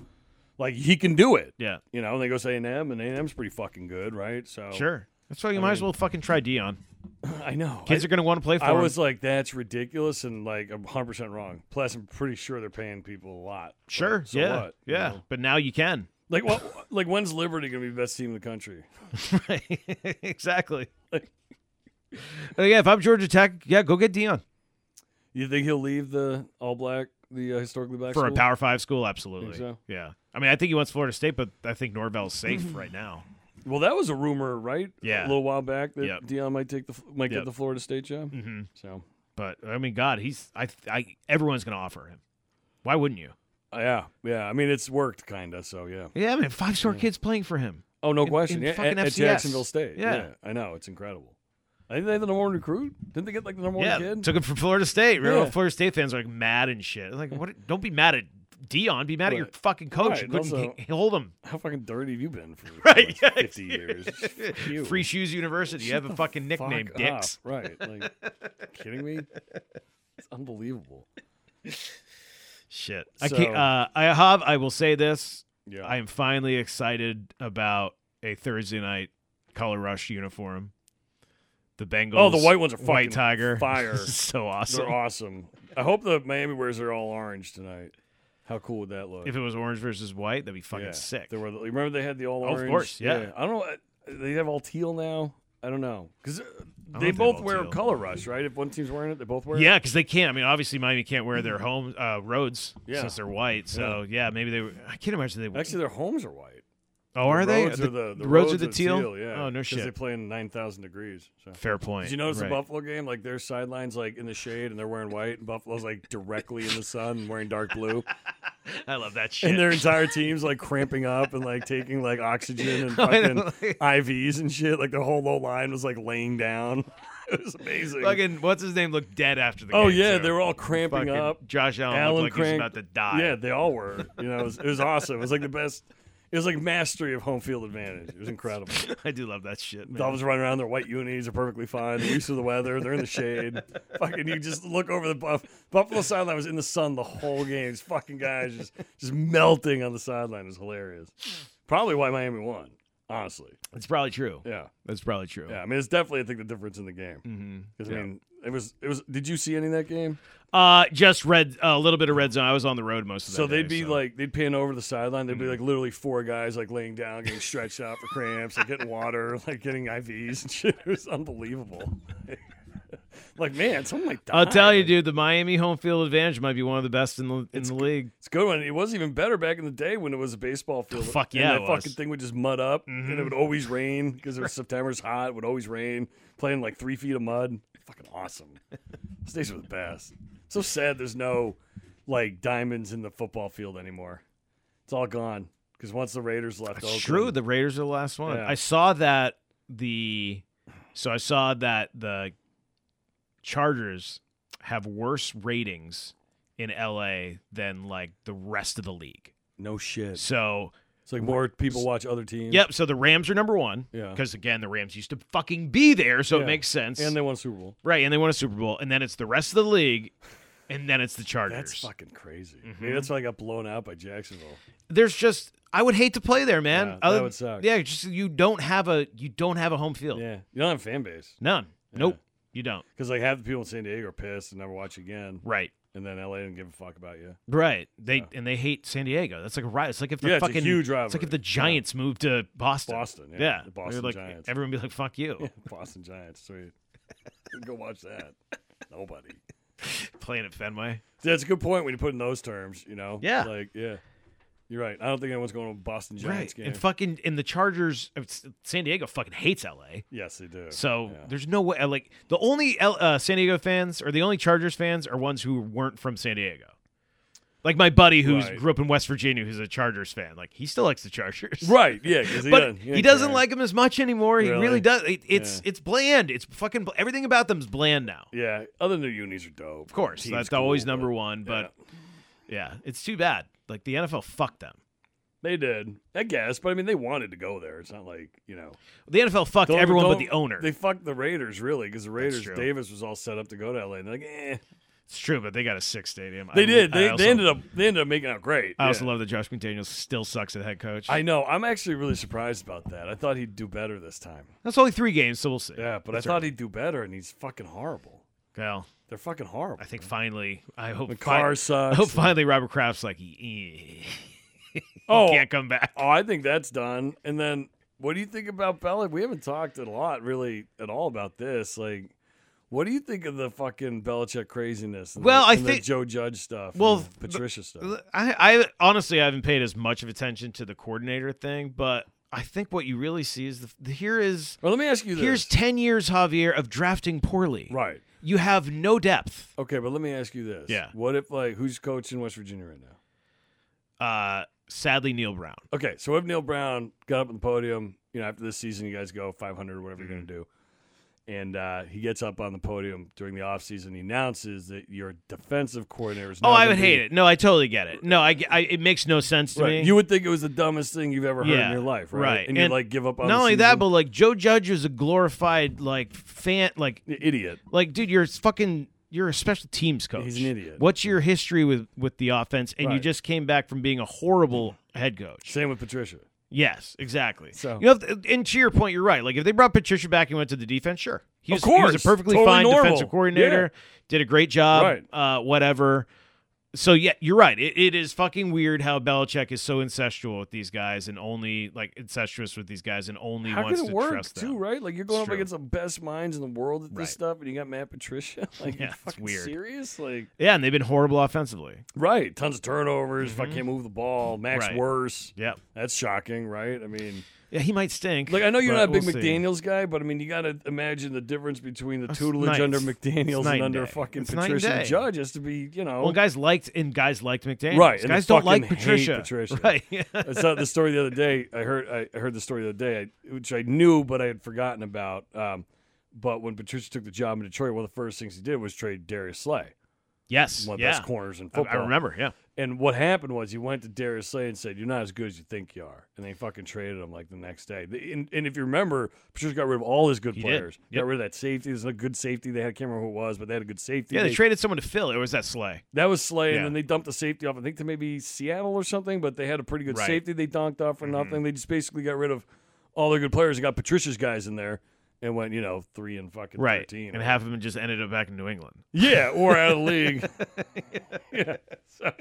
Speaker 2: Like he can do it.
Speaker 3: Yeah.
Speaker 2: You know, and they go to A&M, and A&M's pretty fucking good, right? So
Speaker 3: Sure. That's why you might as well fucking try Dion.
Speaker 2: I know.
Speaker 3: Kids
Speaker 2: I,
Speaker 3: are going to want to play for
Speaker 2: I
Speaker 3: him.
Speaker 2: was like, that's ridiculous, and like I'm 100 percent wrong. Plus, I'm pretty sure they're paying people a lot. But
Speaker 3: sure.
Speaker 2: so
Speaker 3: yeah.
Speaker 2: what, you
Speaker 3: yeah.
Speaker 2: know?
Speaker 3: But now you can.
Speaker 2: Like what? Like when's Liberty gonna be the best team in the country?
Speaker 3: Right. exactly. Uh, yeah, if I'm Georgia Tech, yeah, go get Dion
Speaker 2: You think he'll leave the all black, the uh, historically black
Speaker 3: for a
Speaker 2: school?
Speaker 3: Power Five school. Absolutely.
Speaker 2: Think so?
Speaker 3: Yeah. I mean, I think he wants Florida State, but I think Norvell's safe right now.
Speaker 2: Well, that was a rumor, right?
Speaker 3: Yeah.
Speaker 2: a little while back that
Speaker 3: Yep.
Speaker 2: Dion might take the might
Speaker 3: Yep.
Speaker 2: get the Florida State job.
Speaker 3: Mhm.
Speaker 2: So
Speaker 3: But I mean, God, he's I, I everyone's going to offer him. Why wouldn't you?
Speaker 2: uh, yeah, yeah. I mean, it's worked kind of. So yeah.
Speaker 3: Yeah, I mean, five star kids playing for him.
Speaker 2: Oh no
Speaker 3: In-
Speaker 2: question.
Speaker 3: in
Speaker 2: yeah,
Speaker 3: fucking
Speaker 2: at, at
Speaker 3: FCS.
Speaker 2: Jacksonville State.
Speaker 3: Yeah.
Speaker 2: I know it's incredible. I think they had the number one recruit. Didn't they get like the number
Speaker 3: yeah,
Speaker 2: one kid?
Speaker 3: took him from Florida State. Remember,
Speaker 2: Yeah.
Speaker 3: Florida State fans are like mad and shit. Like, what? Don't be mad at Dion. Be mad at your
Speaker 2: Right.
Speaker 3: fucking coach.
Speaker 2: Right,
Speaker 3: who
Speaker 2: and
Speaker 3: couldn't
Speaker 2: also-
Speaker 3: h- hold him.
Speaker 2: How fucking dirty have you been for
Speaker 3: Right,
Speaker 2: right,
Speaker 3: yeah,
Speaker 2: fifty years? Fuck you.
Speaker 3: Free Shoes University. You have a fucking
Speaker 2: Fuck
Speaker 3: nickname,
Speaker 2: off.
Speaker 3: dicks.
Speaker 2: Right? Like, kidding me? It's unbelievable.
Speaker 3: Shit. I can't.
Speaker 2: So-
Speaker 3: Uh, I have. I will say this.
Speaker 2: Yeah.
Speaker 3: I am finally excited about a Thursday night color rush uniform. The Bengals.
Speaker 2: oh, the white ones are fucking
Speaker 3: white tiger.
Speaker 2: fire.
Speaker 3: so awesome.
Speaker 2: They're awesome. I hope the Miami wears are all orange tonight. How cool would that look?
Speaker 3: If it was orange versus white, that'd be fucking
Speaker 2: yeah.
Speaker 3: sick.
Speaker 2: They were. the- Remember they had the all
Speaker 3: Oh, of
Speaker 2: orange.
Speaker 3: course, yeah.
Speaker 2: I don't know. uh, They have all teal now. I don't know because
Speaker 3: know
Speaker 2: they
Speaker 3: if they have
Speaker 2: both
Speaker 3: all
Speaker 2: wear
Speaker 3: teal.
Speaker 2: color rush, right? If one team's wearing it, they both wear.
Speaker 3: Yeah, because they can't. I mean, obviously Miami can't wear their home uh, roads
Speaker 2: Yeah.
Speaker 3: since they're white. So yeah. maybe they. Were, I can't imagine they.
Speaker 2: it.
Speaker 3: Would.
Speaker 2: Actually, their homes are white.
Speaker 3: oh, are
Speaker 2: the
Speaker 3: they?
Speaker 2: Roads are the, the
Speaker 3: roads are the
Speaker 2: teal? Yeah.
Speaker 3: Oh no
Speaker 2: 'cause They
Speaker 3: shit.
Speaker 2: play in nine thousand degrees. So.
Speaker 3: Fair point.
Speaker 2: Did you notice
Speaker 3: Right.
Speaker 2: the Buffalo game? Like their sidelines, like in the shade, and they're wearing white, and Buffalo's like directly in the sun, and wearing dark blue,
Speaker 3: I love that shit.
Speaker 2: and their entire team's like cramping up and like taking like oxygen and
Speaker 3: I
Speaker 2: fucking
Speaker 3: know, like-
Speaker 2: IVs and shit. Like their whole low line was like laying down. It was amazing.
Speaker 3: fucking what's his name looked dead after the
Speaker 2: oh
Speaker 3: game.
Speaker 2: yeah,
Speaker 3: too.
Speaker 2: they were all cramping
Speaker 3: fucking
Speaker 2: up.
Speaker 3: Josh Allen
Speaker 2: Allen
Speaker 3: looked like he was
Speaker 2: Crank-
Speaker 3: about to die.
Speaker 2: Yeah, they all were. You know, it was, it was awesome. It was like the best. It was like mastery of home field advantage. It was incredible.
Speaker 3: I do love that shit. Man.
Speaker 2: Dolphins running around, their white unis are perfectly fine. They're used to the weather. They're in the shade. fucking, you just look over the buff. Buffalo sideline was in the sun the whole game. These fucking guys just just melting on the sideline. It was hilarious. Probably why Miami won. Honestly,
Speaker 3: It's probably true.
Speaker 2: yeah,
Speaker 3: That's probably true. Mm-hmm.
Speaker 2: yeah. I mean, it's definitely I think the difference in the game. Because I mean, it was it was. Did you see any of that game?
Speaker 3: Uh, just red a little bit of red zone. I was on the road most of the
Speaker 2: So they'd be like they'd pan over the sideline. There'd be like literally four guys like laying down, getting stretched out for cramps, like getting water, like getting IVs and shit. It was unbelievable. like man, someone like
Speaker 3: I'll tell you, dude, the Miami home field advantage might be one of the best in the in the league.
Speaker 2: it's a good one. It was even better back in the day when it was a baseball field.
Speaker 3: fuck
Speaker 2: And
Speaker 3: yeah,
Speaker 2: that
Speaker 3: it was. Mm-hmm.
Speaker 2: fucking thing would just mud up, and it would always rain because it was September's hot. It would always rain. Playing like three feet of mud, fucking awesome. States were the best. So sad. There's no like diamonds in the football field anymore. It's all gone because once the Raiders left,
Speaker 3: That's
Speaker 2: Oakland-
Speaker 3: true. The Raiders are the last one.
Speaker 2: Yeah.
Speaker 3: I saw that the so I saw that the Chargers have worse ratings in LA than like the rest of the league.
Speaker 2: no shit.
Speaker 3: So
Speaker 2: It's like more people watch other teams.
Speaker 3: Yep. So the Rams are number one.
Speaker 2: Yeah.
Speaker 3: Because again, the Rams used to fucking be there, so it
Speaker 2: Yeah.
Speaker 3: makes sense.
Speaker 2: and they won a Super Bowl.
Speaker 3: right, and they won a Super Bowl, and then it's the rest of the league, and then it's the Chargers. Mm-hmm.
Speaker 2: That's fucking crazy. Maybe that's why I got blown out by Jacksonville.
Speaker 3: There's just I would hate to play there, man.
Speaker 2: Yeah, that would suck.
Speaker 3: Yeah, just you don't have a you don't have a home field.
Speaker 2: Yeah, you don't have a fan base
Speaker 3: None. Nope. You don't.
Speaker 2: because like half the people in San Diego are pissed and never watch again.
Speaker 3: Right.
Speaker 2: and then LA didn't give a fuck about you.
Speaker 3: Right. They and they hate San Diego. That's like a riot. It's like if the
Speaker 2: Yeah, it's a
Speaker 3: fucking
Speaker 2: huge
Speaker 3: It's like
Speaker 2: rivalry.
Speaker 3: if the Giants moved to Boston.
Speaker 2: Boston, yeah,
Speaker 3: Yeah.
Speaker 2: the
Speaker 3: They were
Speaker 2: Boston
Speaker 3: like, e-,
Speaker 2: Giants.
Speaker 3: Everyone would be like, fuck you.
Speaker 2: Boston Giants, sweet. Go watch that. Nobody.
Speaker 3: Playing at Fenway.
Speaker 2: That's a good point when you put in those terms. You know.
Speaker 3: Yeah.
Speaker 2: Like yeah. You're right. I don't think anyone's going to a Boston Giants game.
Speaker 3: And fucking and the Chargers uh, S- San Diego fucking hates LA.
Speaker 2: yes, they do.
Speaker 3: So
Speaker 2: Yeah.
Speaker 3: there's no way uh, like the only L, uh, San Diego fans or the only Chargers fans are ones who weren't from San Diego. Like my buddy who's
Speaker 2: Right.
Speaker 3: grew up in West Virginia who's a Chargers fan. Like he still likes the Chargers.
Speaker 2: right. Yeah. 'cause
Speaker 3: But
Speaker 2: doesn't-
Speaker 3: he,
Speaker 2: ain't
Speaker 3: doesn't
Speaker 2: crying.
Speaker 3: like them as much anymore. He really
Speaker 2: Really?
Speaker 3: does. It, it's it's bland. It's fucking bl- everything about them is bland now.
Speaker 2: Yeah. Other new unis are dope.
Speaker 3: Of course,
Speaker 2: Team's
Speaker 3: that's always
Speaker 2: cool,
Speaker 3: number
Speaker 2: but
Speaker 3: one. But yeah, it's too bad. Like the NFL fucked them.
Speaker 2: They did, I guess. But I mean, they wanted to go there. It's not like you know.
Speaker 3: The NFL fucked
Speaker 2: Don't-
Speaker 3: everyone but
Speaker 2: don't-
Speaker 3: the owner.
Speaker 2: They fucked the Raiders really because the Raiders
Speaker 3: true.
Speaker 2: Davis was all set up to go to LA. And they're like, eh,
Speaker 3: It's true, but they got a sick stadium.
Speaker 2: They
Speaker 3: I-
Speaker 2: did.
Speaker 3: I
Speaker 2: They,
Speaker 3: also-
Speaker 2: they ended up they ended up making out great.
Speaker 3: I also
Speaker 2: Yeah.
Speaker 3: love that Josh McDaniels still sucks at head coach.
Speaker 2: I know. I'm actually really surprised about that. I thought he'd do better this time.
Speaker 3: That's only three games, so we'll see.
Speaker 2: Yeah, but
Speaker 3: That's
Speaker 2: I thought he'd do better, and he's fucking horrible.
Speaker 3: Well,
Speaker 2: They're fucking horrible.
Speaker 3: I think finally, I hope
Speaker 2: the
Speaker 3: fi- Oh,
Speaker 2: car
Speaker 3: I
Speaker 2: sucks.
Speaker 3: hope finally Robert Kraft's like, "Eh,
Speaker 2: oh,
Speaker 3: can't come back.
Speaker 2: oh, I think that's done. And then, what do you think about Belichick? We haven't talked a lot, really, at all about this. Like, what do you think of the fucking Belichick craziness? and the-
Speaker 3: Well, I
Speaker 2: and the
Speaker 3: think-
Speaker 2: Joe Judge stuff.
Speaker 3: Well,
Speaker 2: and the
Speaker 3: the-
Speaker 2: Patricia stuff.
Speaker 3: I, I honestly I haven't paid as much of attention to the coordinator thing, but I think what you really see is the, the here is
Speaker 2: well, let me ask you this.
Speaker 3: here's ten years Javier of drafting poorly.
Speaker 2: right.
Speaker 3: You have no depth.
Speaker 2: Okay, but let me ask you this.
Speaker 3: Yeah.
Speaker 2: What if like who's coaching West Virginia right now?
Speaker 3: Uh, sadly, Neil Brown.
Speaker 2: Okay, so if Neil Brown got up on the podium, you know, after this season, you guys go 500 or whatever you're going to do, and uh, he gets up on the podium during the offseason, he announces that your defensive coordinator is.
Speaker 3: Oh,
Speaker 2: now
Speaker 3: I
Speaker 2: gonna
Speaker 3: would
Speaker 2: be-
Speaker 3: hate it. No, I totally get it. No, I, I it makes no sense to
Speaker 2: Right.
Speaker 3: me.
Speaker 2: You would think it was the dumbest thing you've ever heard in
Speaker 3: Yeah,
Speaker 2: your life, right?
Speaker 3: right.
Speaker 2: And you
Speaker 3: And
Speaker 2: like give up on
Speaker 3: Not
Speaker 2: the
Speaker 3: only that,
Speaker 2: season?
Speaker 3: but like Joe Judge is a glorified like fan. Like
Speaker 2: Y- idiot.
Speaker 3: like dude, you're fucking. You're a special teams coach.
Speaker 2: He's an idiot.
Speaker 3: What's your history with with the offense? And you
Speaker 2: Right.
Speaker 3: just came back from being a horrible head coach.
Speaker 2: Same with Patricia.
Speaker 3: Yes, exactly.
Speaker 2: So-
Speaker 3: you know, if- and to your point, you're right. Like if they brought Patricia back and went to the defense, sure, he
Speaker 2: Of
Speaker 3: was, he was
Speaker 2: course.
Speaker 3: a perfectly
Speaker 2: Totally
Speaker 3: fine
Speaker 2: normal.
Speaker 3: defensive coordinator, did a great job,
Speaker 2: Right.
Speaker 3: uh, whatever. So yeah, you're right. It, it is fucking weird how Belichick is so incestual with these guys and only like incestuous with these guys and only
Speaker 2: How
Speaker 3: wants
Speaker 2: could it
Speaker 3: to
Speaker 2: work
Speaker 3: trust them.
Speaker 2: too, right? Like you're going
Speaker 3: It's
Speaker 2: up
Speaker 3: true.
Speaker 2: against the best minds in the world at this
Speaker 3: Right.
Speaker 2: stuff, and you got Matt Patricia. Like,
Speaker 3: Yeah,
Speaker 2: you
Speaker 3: it's
Speaker 2: fucking
Speaker 3: weird.
Speaker 2: serious? Like,
Speaker 3: Yeah, and they've been horrible offensively.
Speaker 2: right? Tons of turnovers. If I can't move the ball, Max
Speaker 3: Right.
Speaker 2: worse.
Speaker 3: Yeah,
Speaker 2: That's shocking, right? I mean,
Speaker 3: yeah, he might stink.
Speaker 2: like I know you're
Speaker 3: but
Speaker 2: not a big
Speaker 3: we'll see.
Speaker 2: McDaniel's guy, but I mean, you got to imagine the difference between the
Speaker 3: It's
Speaker 2: tutelage
Speaker 3: night-
Speaker 2: under
Speaker 3: it's
Speaker 2: McDaniel's
Speaker 3: night
Speaker 2: and
Speaker 3: and
Speaker 2: under
Speaker 3: day.
Speaker 2: fucking
Speaker 3: It's night and
Speaker 2: Patricia
Speaker 3: day.
Speaker 2: Judge has to be, you know.
Speaker 3: Well, guys liked and guys liked McDaniel.
Speaker 2: Right, and they
Speaker 3: guys don't like
Speaker 2: fucking hate
Speaker 3: Patricia.
Speaker 2: Patricia.
Speaker 3: Right.
Speaker 2: I saw the story the other day. I heard I- I heard the story the other day, I, which I knew, but I had forgotten about. Um, but when Patricia took the job in Detroit, one of the first things he did was trade Darius Slay,
Speaker 3: yes.
Speaker 2: one of the
Speaker 3: yeah.
Speaker 2: best corners in
Speaker 3: I,
Speaker 2: football.
Speaker 3: I remember. Yeah.
Speaker 2: And what happened was he went to Darius Slay and said, "You're not as good as you think you are," and they fucking traded him like the next day. The- And, and if you remember, Patricia got rid of all his good
Speaker 3: He did.
Speaker 2: players.
Speaker 3: Yep.
Speaker 2: Got rid of that safety. There's a good safety they had. I can't remember who it was, but they had a good safety.
Speaker 3: Yeah, they
Speaker 2: They-
Speaker 3: traded someone to Phil. It was that Slay.
Speaker 2: that was Slay,
Speaker 3: Yeah.
Speaker 2: and then they dumped the safety off. I think to maybe Seattle or something, but they had a pretty good
Speaker 3: Right. Mm-hmm.
Speaker 2: safety. They donked off for nothing. They just basically got rid of all their good players and got Patricia's guys in there and went, you know, three and fucking
Speaker 3: Right.
Speaker 2: thirteen.
Speaker 3: And half of them just ended up back in New England.
Speaker 2: yeah, or out of the league. yeah. So,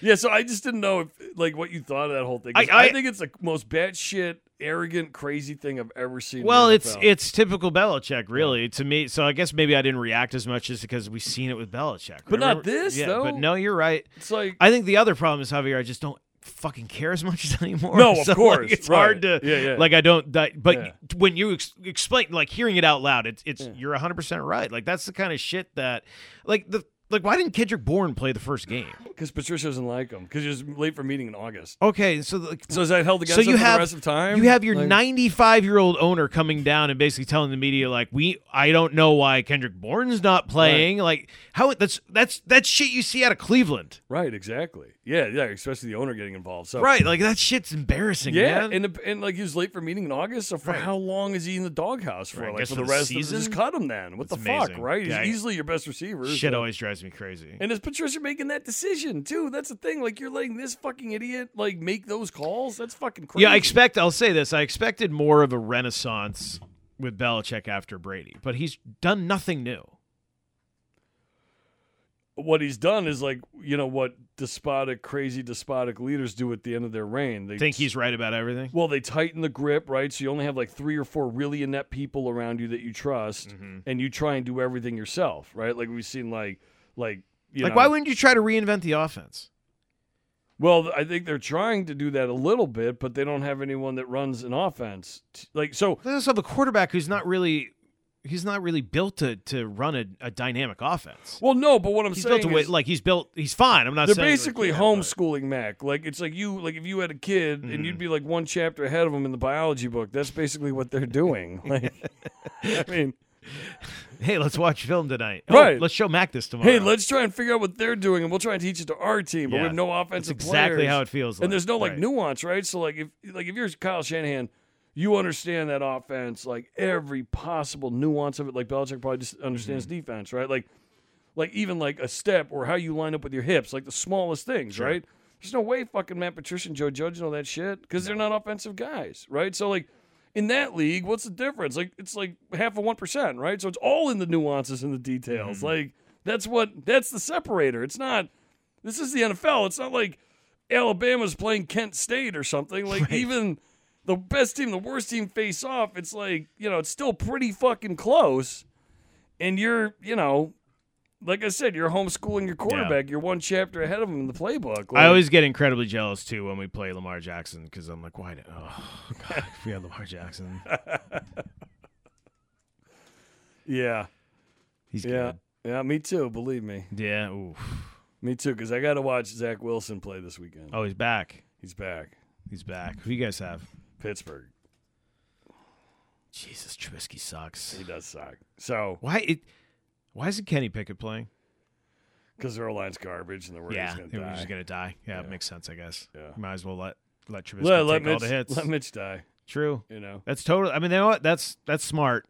Speaker 2: yeah, so I just didn't know if like what you thought of that whole thing. 'Cause
Speaker 3: I-
Speaker 2: I,
Speaker 3: I-
Speaker 2: think it's the most batshit, arrogant, crazy thing I've ever seen. in the
Speaker 3: Well, it's
Speaker 2: NFL.
Speaker 3: it's typical Belichick, really, to me. So I guess maybe I didn't react as much just because we've seen it with Belichick.
Speaker 2: But not
Speaker 3: Remember-
Speaker 2: this,
Speaker 3: yeah,
Speaker 2: though.
Speaker 3: But no, you're right.
Speaker 2: it's like
Speaker 3: I think the other problem is Javier. I just don't fucking care as much as anymore.
Speaker 2: No, of
Speaker 3: So, like,
Speaker 2: course,
Speaker 3: it's hard
Speaker 2: right.
Speaker 3: to
Speaker 2: Yeah, yeah.
Speaker 3: like I don't. That, but
Speaker 2: Yeah.
Speaker 3: when you ex- explain, like hearing it out loud, it's it's you're 100 percent right. Like that's the kind of shit that like the like why didn't Kendrick Bourne play the first game?
Speaker 2: because Patricia doesn't like him because he was late for meeting in August.
Speaker 3: Okay, so like
Speaker 2: So is that held against
Speaker 3: so you
Speaker 2: him for
Speaker 3: have
Speaker 2: the rest of time?
Speaker 3: you have your
Speaker 2: Like-
Speaker 3: 95 year old owner coming down and basically telling the media like we I don't know why Kendrick Bourne's not playing like how that's that's that's shit you see out of Cleveland
Speaker 2: Right, exactly. Yeah, yeah, especially the owner getting involved. So
Speaker 3: right like that shit's embarrassing
Speaker 2: yeah,
Speaker 3: man.
Speaker 2: and the, and like he was late for meeting in August. So for
Speaker 3: Right.
Speaker 2: how long is he in the doghouse for?
Speaker 3: Right, I
Speaker 2: Like
Speaker 3: guess
Speaker 2: for
Speaker 3: for
Speaker 2: the
Speaker 3: the
Speaker 2: rest
Speaker 3: season?
Speaker 2: of the, just cut him then. What
Speaker 3: That's
Speaker 2: the fuck,
Speaker 3: amazing.
Speaker 2: right?
Speaker 3: Yeah, I-
Speaker 2: He's easily your best receiver.
Speaker 3: shit
Speaker 2: so-
Speaker 3: always drives me crazy
Speaker 2: And is Patricia making that decision too? That's the thing. Like you're letting this fucking idiot like make those calls. That's fucking crazy.
Speaker 3: yeah I expect I'll say this I expected more of a renaissance with Belichick after Brady but he's done nothing new
Speaker 2: what he's done is like you know what despotic, crazy despotic leaders do at the end of their reign. They
Speaker 3: think he's right about everything
Speaker 2: Well, they tighten the grip, right? So you only have like three or four really inept people around you that you trust,
Speaker 3: Mm-hmm.
Speaker 2: and you try and do everything yourself, right? Like we've seen, like, like, you
Speaker 3: like
Speaker 2: know-
Speaker 3: why wouldn't you try to reinvent the offense
Speaker 2: Well, I think they're trying to do that a little bit, but they don't have anyone that runs an offense. t- Like, so
Speaker 3: They also have a quarterback who's not really he's not really built to to run a, a dynamic offense.
Speaker 2: well, no, but what I'm
Speaker 3: he's
Speaker 2: saying
Speaker 3: built to win,
Speaker 2: is
Speaker 3: like he's built he's fine. I'm not
Speaker 2: they're
Speaker 3: saying like,
Speaker 2: basically
Speaker 3: yeah, but- Mm-hmm.
Speaker 2: homeschooling Mac. Like it's like you, like if you had a kid and you'd be like one chapter ahead of them in the biology book. That's basically what they're doing. Like, I mean.
Speaker 3: Hey, let's watch film tonight.
Speaker 2: Right.
Speaker 3: Oh, let's show Mac this tomorrow.
Speaker 2: Hey, let's try and figure out what they're doing, and we'll try and teach it to our team. But
Speaker 3: Yeah.
Speaker 2: we have no offensive
Speaker 3: That's exactly
Speaker 2: players.
Speaker 3: how it feels. Like.
Speaker 2: and there's no like
Speaker 3: Right.
Speaker 2: nuance, right? So like if like if you're Kyle Shanahan, you understand that
Speaker 3: Mm-hmm.
Speaker 2: offense, like every possible nuance of it. Like Belichick probably just understands defense, right? Like like even like a step or how you line up with your hips, like the smallest things,
Speaker 3: Sure.
Speaker 2: right? There's no way fucking Matt Patricia and Joe Judge know that shit because they're not offensive guys, right? So like in that league, what's the difference? Like it's like half of one percent, right? So it's all in the nuances and the
Speaker 3: Mm-hmm.
Speaker 2: details. Like that's what that's the separator. It's not. This is the NFL. It's not like Alabama's playing Kent State or something. Like even the best team, the worst team face off. It's like you know, it's still pretty fucking close. And you're, you know, like I said, you're homeschooling your quarterback. You're one chapter ahead of him in the playbook.
Speaker 3: I
Speaker 2: Like,
Speaker 3: always get incredibly jealous too when we play Lamar Jackson because I'm like, why? Did, oh God, if we had Lamar Jackson.
Speaker 2: yeah,
Speaker 3: He's
Speaker 2: yeah, yeah. Me too. Believe me,
Speaker 3: good. Yeah. Oof.
Speaker 2: me too. Because I got to watch Zach Wilson play this weekend.
Speaker 3: Oh, he's back.
Speaker 2: He's back,
Speaker 3: He's back. Who you guys have?
Speaker 2: Pittsburgh.
Speaker 3: Jesus, Trubisky sucks.
Speaker 2: He does suck. So
Speaker 3: Why it? Why isn't Kenny Pickett playing?
Speaker 2: because their line's garbage and the are
Speaker 3: yeah,
Speaker 2: just gonna
Speaker 3: he was
Speaker 2: die.
Speaker 3: just gonna die. Yeah,
Speaker 2: Yeah.
Speaker 3: it makes sense, I guess.
Speaker 2: Yeah.
Speaker 3: Might as well let let Trubisky
Speaker 2: Let,
Speaker 3: take
Speaker 2: let
Speaker 3: all
Speaker 2: Mitch,
Speaker 3: the hits.
Speaker 2: let Mitch die.
Speaker 3: True.
Speaker 2: You know,
Speaker 3: That's totally. I mean, you know what? That's that's smart.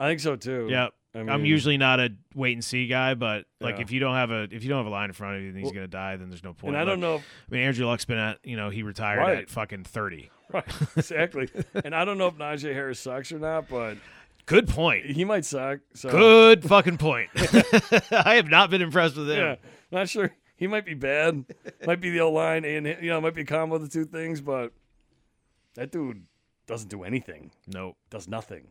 Speaker 2: I think so too.
Speaker 3: Yep.
Speaker 2: I
Speaker 3: I'm
Speaker 2: mean-
Speaker 3: usually not a wait and see guy, but like
Speaker 2: Yeah.
Speaker 3: if you don't have a if you don't have a line in front of you, and he's
Speaker 2: Well,
Speaker 3: gonna die. Then there's no point.
Speaker 2: And I
Speaker 3: Like,
Speaker 2: don't know if
Speaker 3: I mean, Andrew Luck's been at you know he retired
Speaker 2: Right.
Speaker 3: at fucking thirty.
Speaker 2: Right, exactly. and I don't know if Najee Harris sucks or not, but
Speaker 3: Good point.
Speaker 2: he might suck. So
Speaker 3: Good fucking point. I have not been impressed with him.
Speaker 2: yeah, not sure. He might be bad. might be the O line, and you know, might be a combo of the two things. But that dude doesn't do anything.
Speaker 3: Nope.
Speaker 2: Does nothing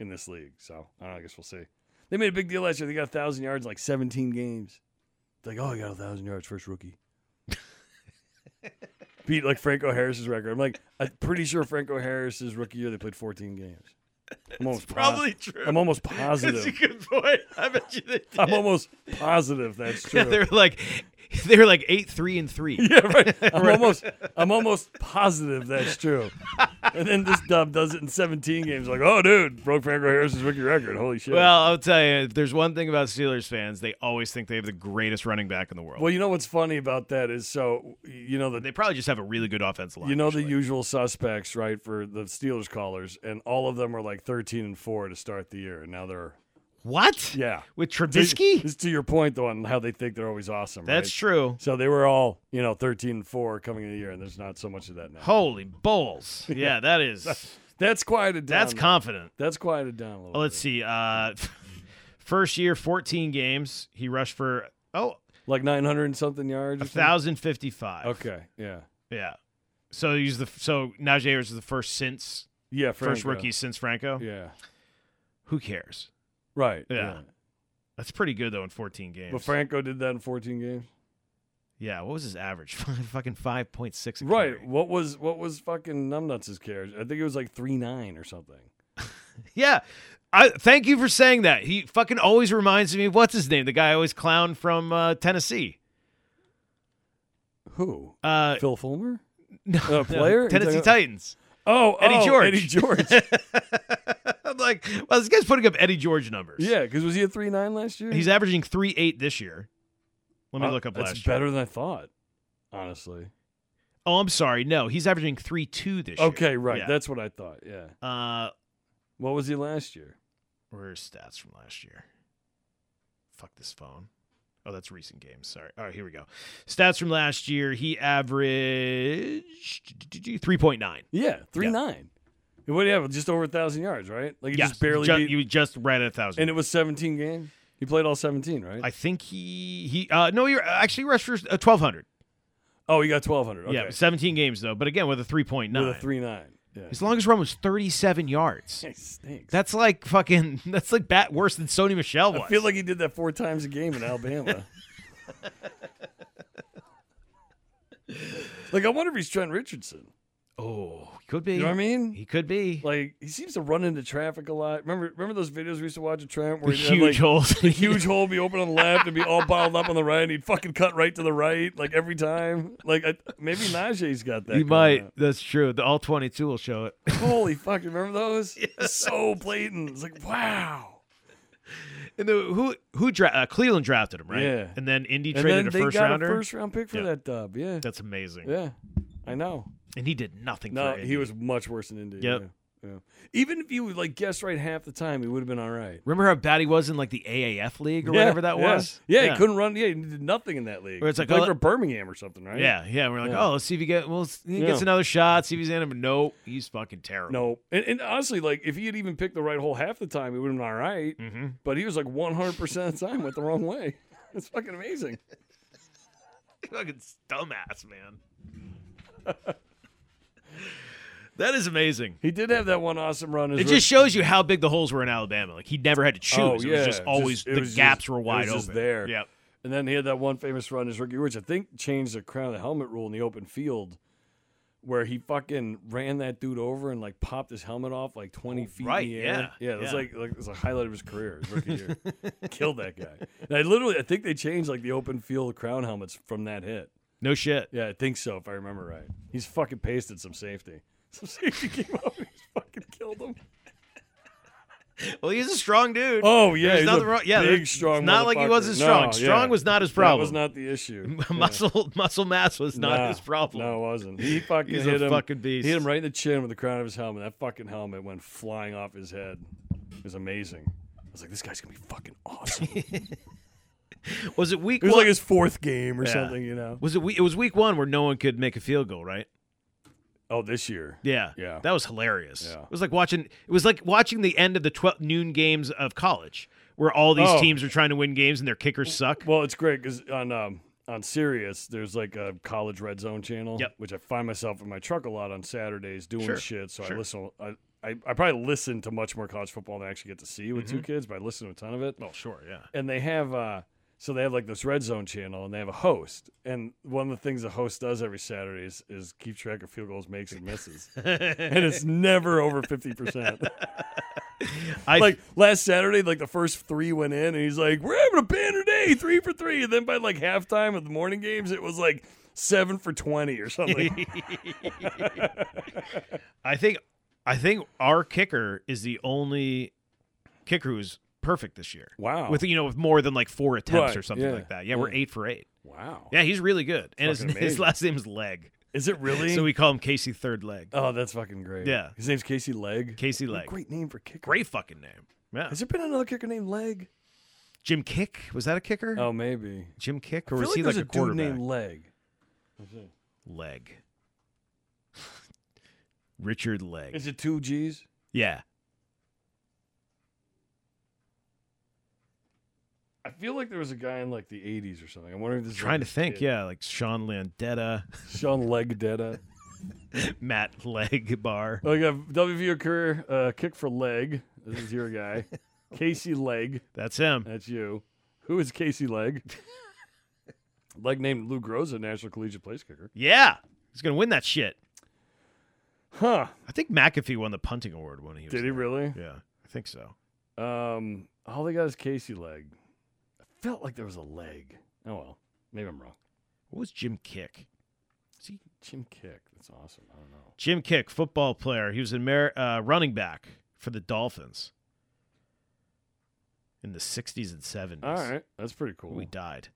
Speaker 2: in this league. So I don't know. I guess we'll see. They made a big deal last year. They got thousand yards in like seventeen games. It's like, oh, he got thousand yards first rookie. Beat like Franco Harris's record. I'm like, I'm pretty sure Franco Harris's rookie year they played 14 games. I'm almost po-
Speaker 3: true.
Speaker 2: I'm almost positive.
Speaker 3: good point. I bet you they
Speaker 2: I'm almost positive that's true.
Speaker 3: Yeah, they're like they're like eight three and three.
Speaker 2: Yeah, right. I'm almost I'm almost positive that's true. And then this dub does it in 17 games. Like, oh, dude, broke Franco Harris's rookie record. Holy shit.
Speaker 3: Well, I'll tell you, if there's one thing about Steelers fans, they always think they have the greatest running back in the world.
Speaker 2: well, you know what's funny about that is so you know the
Speaker 3: they probably just have a really good offensive line.
Speaker 2: you know the
Speaker 3: usually.
Speaker 2: usual suspects, right, for the Steelers callers, and all of them were like 13 and four to start the year, and now they're
Speaker 3: what
Speaker 2: yeah.
Speaker 3: with
Speaker 2: This
Speaker 3: Trubisky?
Speaker 2: is to your point though on how they think they're always awesome.
Speaker 3: That's
Speaker 2: right?
Speaker 3: true.
Speaker 2: So they were all, you know, 13 and 4 coming into the year, and there's not so much of that now.
Speaker 3: Holy balls! Yeah, that is
Speaker 2: That's quieted down.
Speaker 3: that's
Speaker 2: though.
Speaker 3: confident.
Speaker 2: That's quieted down a little.
Speaker 3: Well, let's see. Uh, first year, 14 games. He rushed for oh
Speaker 2: bit. Like 900 and something yards. or something?
Speaker 3: 1,055.
Speaker 2: Okay. Yeah.
Speaker 3: Yeah. So he's the so Najee Harris is the first since
Speaker 2: Yeah.
Speaker 3: first
Speaker 2: Franco.
Speaker 3: rookie since Franco.
Speaker 2: Yeah.
Speaker 3: Who cares?
Speaker 2: Right.
Speaker 3: Yeah. That's pretty good though in 14 games.
Speaker 2: But Franco did that in 14 games.
Speaker 3: yeah, what was his average? Fucking 5.6. a
Speaker 2: Right.
Speaker 3: carry.
Speaker 2: What was what was fucking Numbnuts' carriage? I think it was like three nine or something.
Speaker 3: Yeah. I thank you for saying that. He fucking always reminds me of what's his name, the guy I always clown from uh, Tennessee.
Speaker 2: Who?
Speaker 3: Uh,
Speaker 2: Phil Fulmer?
Speaker 3: no,
Speaker 2: a
Speaker 3: no,
Speaker 2: uh, player?
Speaker 3: Tennessee
Speaker 2: You're talking-
Speaker 3: Titans.
Speaker 2: Oh,
Speaker 3: Eddie
Speaker 2: oh,
Speaker 3: George.
Speaker 2: Eddie George.
Speaker 3: I'm like, well, this guy's putting up Eddie George numbers.
Speaker 2: yeah, because was he a three nine last year?
Speaker 3: He's averaging three eight this year. Let me
Speaker 2: Uh,
Speaker 3: look up
Speaker 2: that's
Speaker 3: last year.
Speaker 2: better than I thought. Honestly.
Speaker 3: Oh, I'm sorry. No, he's averaging three two this year.
Speaker 2: Okay, right.
Speaker 3: Yeah.
Speaker 2: That's what I thought. Yeah.
Speaker 3: uh,
Speaker 2: What was he last year?
Speaker 3: where are his stats from last year? Fuck this phone. Oh, that's recent games. Sorry. All right, here we go. Stats from last year. He averaged three point nine.
Speaker 2: Yeah, three nine. What do you have? Just over a thousand yards, right? Like he
Speaker 3: Yes,
Speaker 2: just barely.
Speaker 3: ju-
Speaker 2: beat-
Speaker 3: you just read a thousand.
Speaker 2: and it was seventeen game. He played all seventeen, right?
Speaker 3: I think he he uh no you're actually rushed for uh, twelve hundred.
Speaker 2: oh, he got twelve hundred. Okay.
Speaker 3: Yeah, seventeen games though, but again with a three point
Speaker 2: with
Speaker 3: nine.
Speaker 2: a three nine. Yeah,
Speaker 3: His longest run was thirty seven yards.
Speaker 2: He stinks.
Speaker 3: That's like fucking. That's like bat worse than Sony Michelle was.
Speaker 2: I feel like he did that four times a game in Alabama. like I wonder if he's Trent Richardson.
Speaker 3: oh, he could be.
Speaker 2: You know what I mean?
Speaker 3: He could be.
Speaker 2: Like he seems to run into traffic a lot. Remember, remember those videos we used to watch of Trent where
Speaker 3: the
Speaker 2: he
Speaker 3: huge
Speaker 2: like,
Speaker 3: holes.
Speaker 2: the huge hole be open on the left and be all bottled up on the right. And he'd fucking cut right to the right, like every time. Like I, maybe Najee's got that.
Speaker 3: He
Speaker 2: going
Speaker 3: might.
Speaker 2: on.
Speaker 3: That's true. The all twenty two will show it.
Speaker 2: Holy fuck! you Remember those? So blatant. It's like wow.
Speaker 3: And the, who who dra- uh, Cleveland drafted him, right?
Speaker 2: Yeah.
Speaker 3: And then Indy
Speaker 2: And
Speaker 3: traded
Speaker 2: then
Speaker 3: a
Speaker 2: they
Speaker 3: first
Speaker 2: got
Speaker 3: rounder.
Speaker 2: a first round pick for
Speaker 3: Yeah.
Speaker 2: that dub. Yeah,
Speaker 3: That's amazing.
Speaker 2: yeah. I know.
Speaker 3: And he did nothing.
Speaker 2: No,
Speaker 3: for
Speaker 2: he was much worse than Indy.
Speaker 3: Yep.
Speaker 2: Yeah. Yeah. Even if you would like guess right half the time, he would have been all right.
Speaker 3: Remember how bad he was in like the AAF league or
Speaker 2: Yeah,
Speaker 3: whatever that
Speaker 2: yeah.
Speaker 3: was?
Speaker 2: Yeah, he couldn't run. Yeah, he did nothing in that league.
Speaker 3: Where it's
Speaker 2: He
Speaker 3: like,
Speaker 2: played
Speaker 3: oh,
Speaker 2: for Birmingham or something, right?
Speaker 3: Yeah, yeah. We're like,
Speaker 2: Yeah.
Speaker 3: oh, let's see if he get well, let's- he
Speaker 2: Yeah.
Speaker 3: gets another shot. See if he's in him. But No, he's fucking terrible.
Speaker 2: No, and, and honestly, like if he had even picked the right hole half the time, he would have been all right.
Speaker 3: Mm-hmm.
Speaker 2: But he was like 100 percent of the time went the wrong way. It's fucking amazing.
Speaker 3: Fucking dumbass, man. that is amazing.
Speaker 2: He did have that one awesome run. His
Speaker 3: It just shows you how big the holes were in Alabama. Like he never had to choose.
Speaker 2: Oh,
Speaker 3: it
Speaker 2: yeah.
Speaker 3: was just always
Speaker 2: Just- it
Speaker 3: the
Speaker 2: was
Speaker 3: gaps
Speaker 2: just-
Speaker 3: were
Speaker 2: it was
Speaker 3: wide
Speaker 2: just
Speaker 3: open.
Speaker 2: there.
Speaker 3: Yep.
Speaker 2: And then he had that one famous run his rookie, year, which I think changed the crown of the helmet rule in the open field, where he fucking ran that dude over and like popped his helmet off like twenty
Speaker 3: Oh,
Speaker 2: feet.
Speaker 3: right,
Speaker 2: in the air.
Speaker 3: yeah,
Speaker 2: yeah. It was
Speaker 3: yeah.
Speaker 2: like like it was a highlight of his career, his rookie year. Killed that guy. And I literally, I think they changed like the open field crown helmets from that hit.
Speaker 3: No shit.
Speaker 2: Yeah, I think so, if I remember right. He's fucking pasted some safety. Some safety came up and he's fucking killed him.
Speaker 3: Well, he's a strong dude.
Speaker 2: Oh yeah,
Speaker 3: There's
Speaker 2: he's a
Speaker 3: nothing wrong. Yeah,
Speaker 2: big
Speaker 3: there-
Speaker 2: strong.
Speaker 3: it's Not like he
Speaker 2: motherfucker.
Speaker 3: wasn't
Speaker 2: No,
Speaker 3: strong.
Speaker 2: yeah.
Speaker 3: strong was not his
Speaker 2: That was
Speaker 3: problem.
Speaker 2: not the issue. Yeah.
Speaker 3: muscle muscle mass was not
Speaker 2: Nah,
Speaker 3: his problem.
Speaker 2: No, it wasn't. He fucking
Speaker 3: He's
Speaker 2: hit
Speaker 3: a
Speaker 2: him.
Speaker 3: fucking beast.
Speaker 2: He hit him right in the chin with the crown of his helmet. That fucking helmet went flying off his head. It was amazing. I was like, this guy's gonna be fucking awesome. it
Speaker 3: Was it week
Speaker 2: was
Speaker 3: one?
Speaker 2: like his fourth game or
Speaker 3: Yeah.
Speaker 2: something, you know.
Speaker 3: was it week? It was week one where no one could make a field goal, right?
Speaker 2: Oh, this year.
Speaker 3: Yeah,
Speaker 2: Yeah.
Speaker 3: That was hilarious.
Speaker 2: Yeah.
Speaker 3: It was like watching. It was like watching the end of the 12 noon games of college, where all these
Speaker 2: Oh.
Speaker 3: teams are trying to win games and their kickers suck.
Speaker 2: Well, it's great because on um, on Sirius, there's like a college red zone channel,
Speaker 3: Yep.
Speaker 2: which I find myself in my truck a lot on Saturdays doing
Speaker 3: Sure,
Speaker 2: shit. So
Speaker 3: sure.
Speaker 2: I listen. I, I I probably listen to much more college football than I actually get to see with two
Speaker 3: Mm-hmm.
Speaker 2: kids, but I listen to a ton of it.
Speaker 3: Well, sure, yeah.
Speaker 2: and they have uh so they have like this red zone channel and they have a host and one of the things the host does every saturday is, is keep track of field goals makes and misses and it's never over 50%
Speaker 3: I
Speaker 2: like last saturday like the first three went in and he's like we're having a banner day three for three and then by like halftime of the morning games it was like seven for 20 or something
Speaker 3: I think I think our kicker is the only kicker who's perfect this year.
Speaker 2: wow
Speaker 3: With you know, with more than like four attempts
Speaker 2: Oh. Right,
Speaker 3: or something
Speaker 2: yeah,
Speaker 3: like that. Yeah, we're
Speaker 2: yeah.
Speaker 3: eight for eight.
Speaker 2: wow
Speaker 3: Yeah, he's really good. And his,
Speaker 2: Fucking
Speaker 3: his
Speaker 2: amazing.
Speaker 3: last name is Leg,
Speaker 2: is it really
Speaker 3: so we call him Casey Third Leg.
Speaker 2: oh that's fucking great
Speaker 3: Yeah.
Speaker 2: his name's casey leg
Speaker 3: Casey
Speaker 2: What a
Speaker 3: Leg. Great.
Speaker 2: great name for kicker
Speaker 3: fucking name. Yeah.
Speaker 2: has there been another kicker named leg
Speaker 3: Jim Kick was that a kicker?
Speaker 2: oh maybe
Speaker 3: Jim Kick,
Speaker 2: I
Speaker 3: or
Speaker 2: feel
Speaker 3: was he like
Speaker 2: there's
Speaker 3: a,
Speaker 2: dude
Speaker 3: quarterback?
Speaker 2: named Leg.
Speaker 3: Leg. Richard Leg.
Speaker 2: Is it two G's?
Speaker 3: yeah.
Speaker 2: I feel like there was a guy in like the 80s or something. I'm wondering if this
Speaker 3: Trying to
Speaker 2: is
Speaker 3: think. Yeah, like Sean Landetta,
Speaker 2: Sean Leg Detta.
Speaker 3: Matt Leg Bar.
Speaker 2: Oh, you got WVO career uh, kick for Leg. This is your guy. Casey Leg.
Speaker 3: That's him.
Speaker 2: That's you. Who is Casey Leg? Leg named Lou Groza, National Collegiate Place Kicker.
Speaker 3: Yeah. He's going to win that shit.
Speaker 2: Huh.
Speaker 3: I think McAfee won the punting award when he was
Speaker 2: Did he
Speaker 3: there.
Speaker 2: really?
Speaker 3: Yeah, I think so.
Speaker 2: Um, all they got is Casey Leg. I felt like there was a leg. Oh, well. Maybe I'm wrong.
Speaker 3: What was Jim Kick? Is he
Speaker 2: Jim Kick. That's awesome. I don't know.
Speaker 3: Jim Kick, football player. He was a Amer- uh, running back for the Dolphins in the 60s and 70s.
Speaker 2: All right. That's pretty cool.
Speaker 3: We died.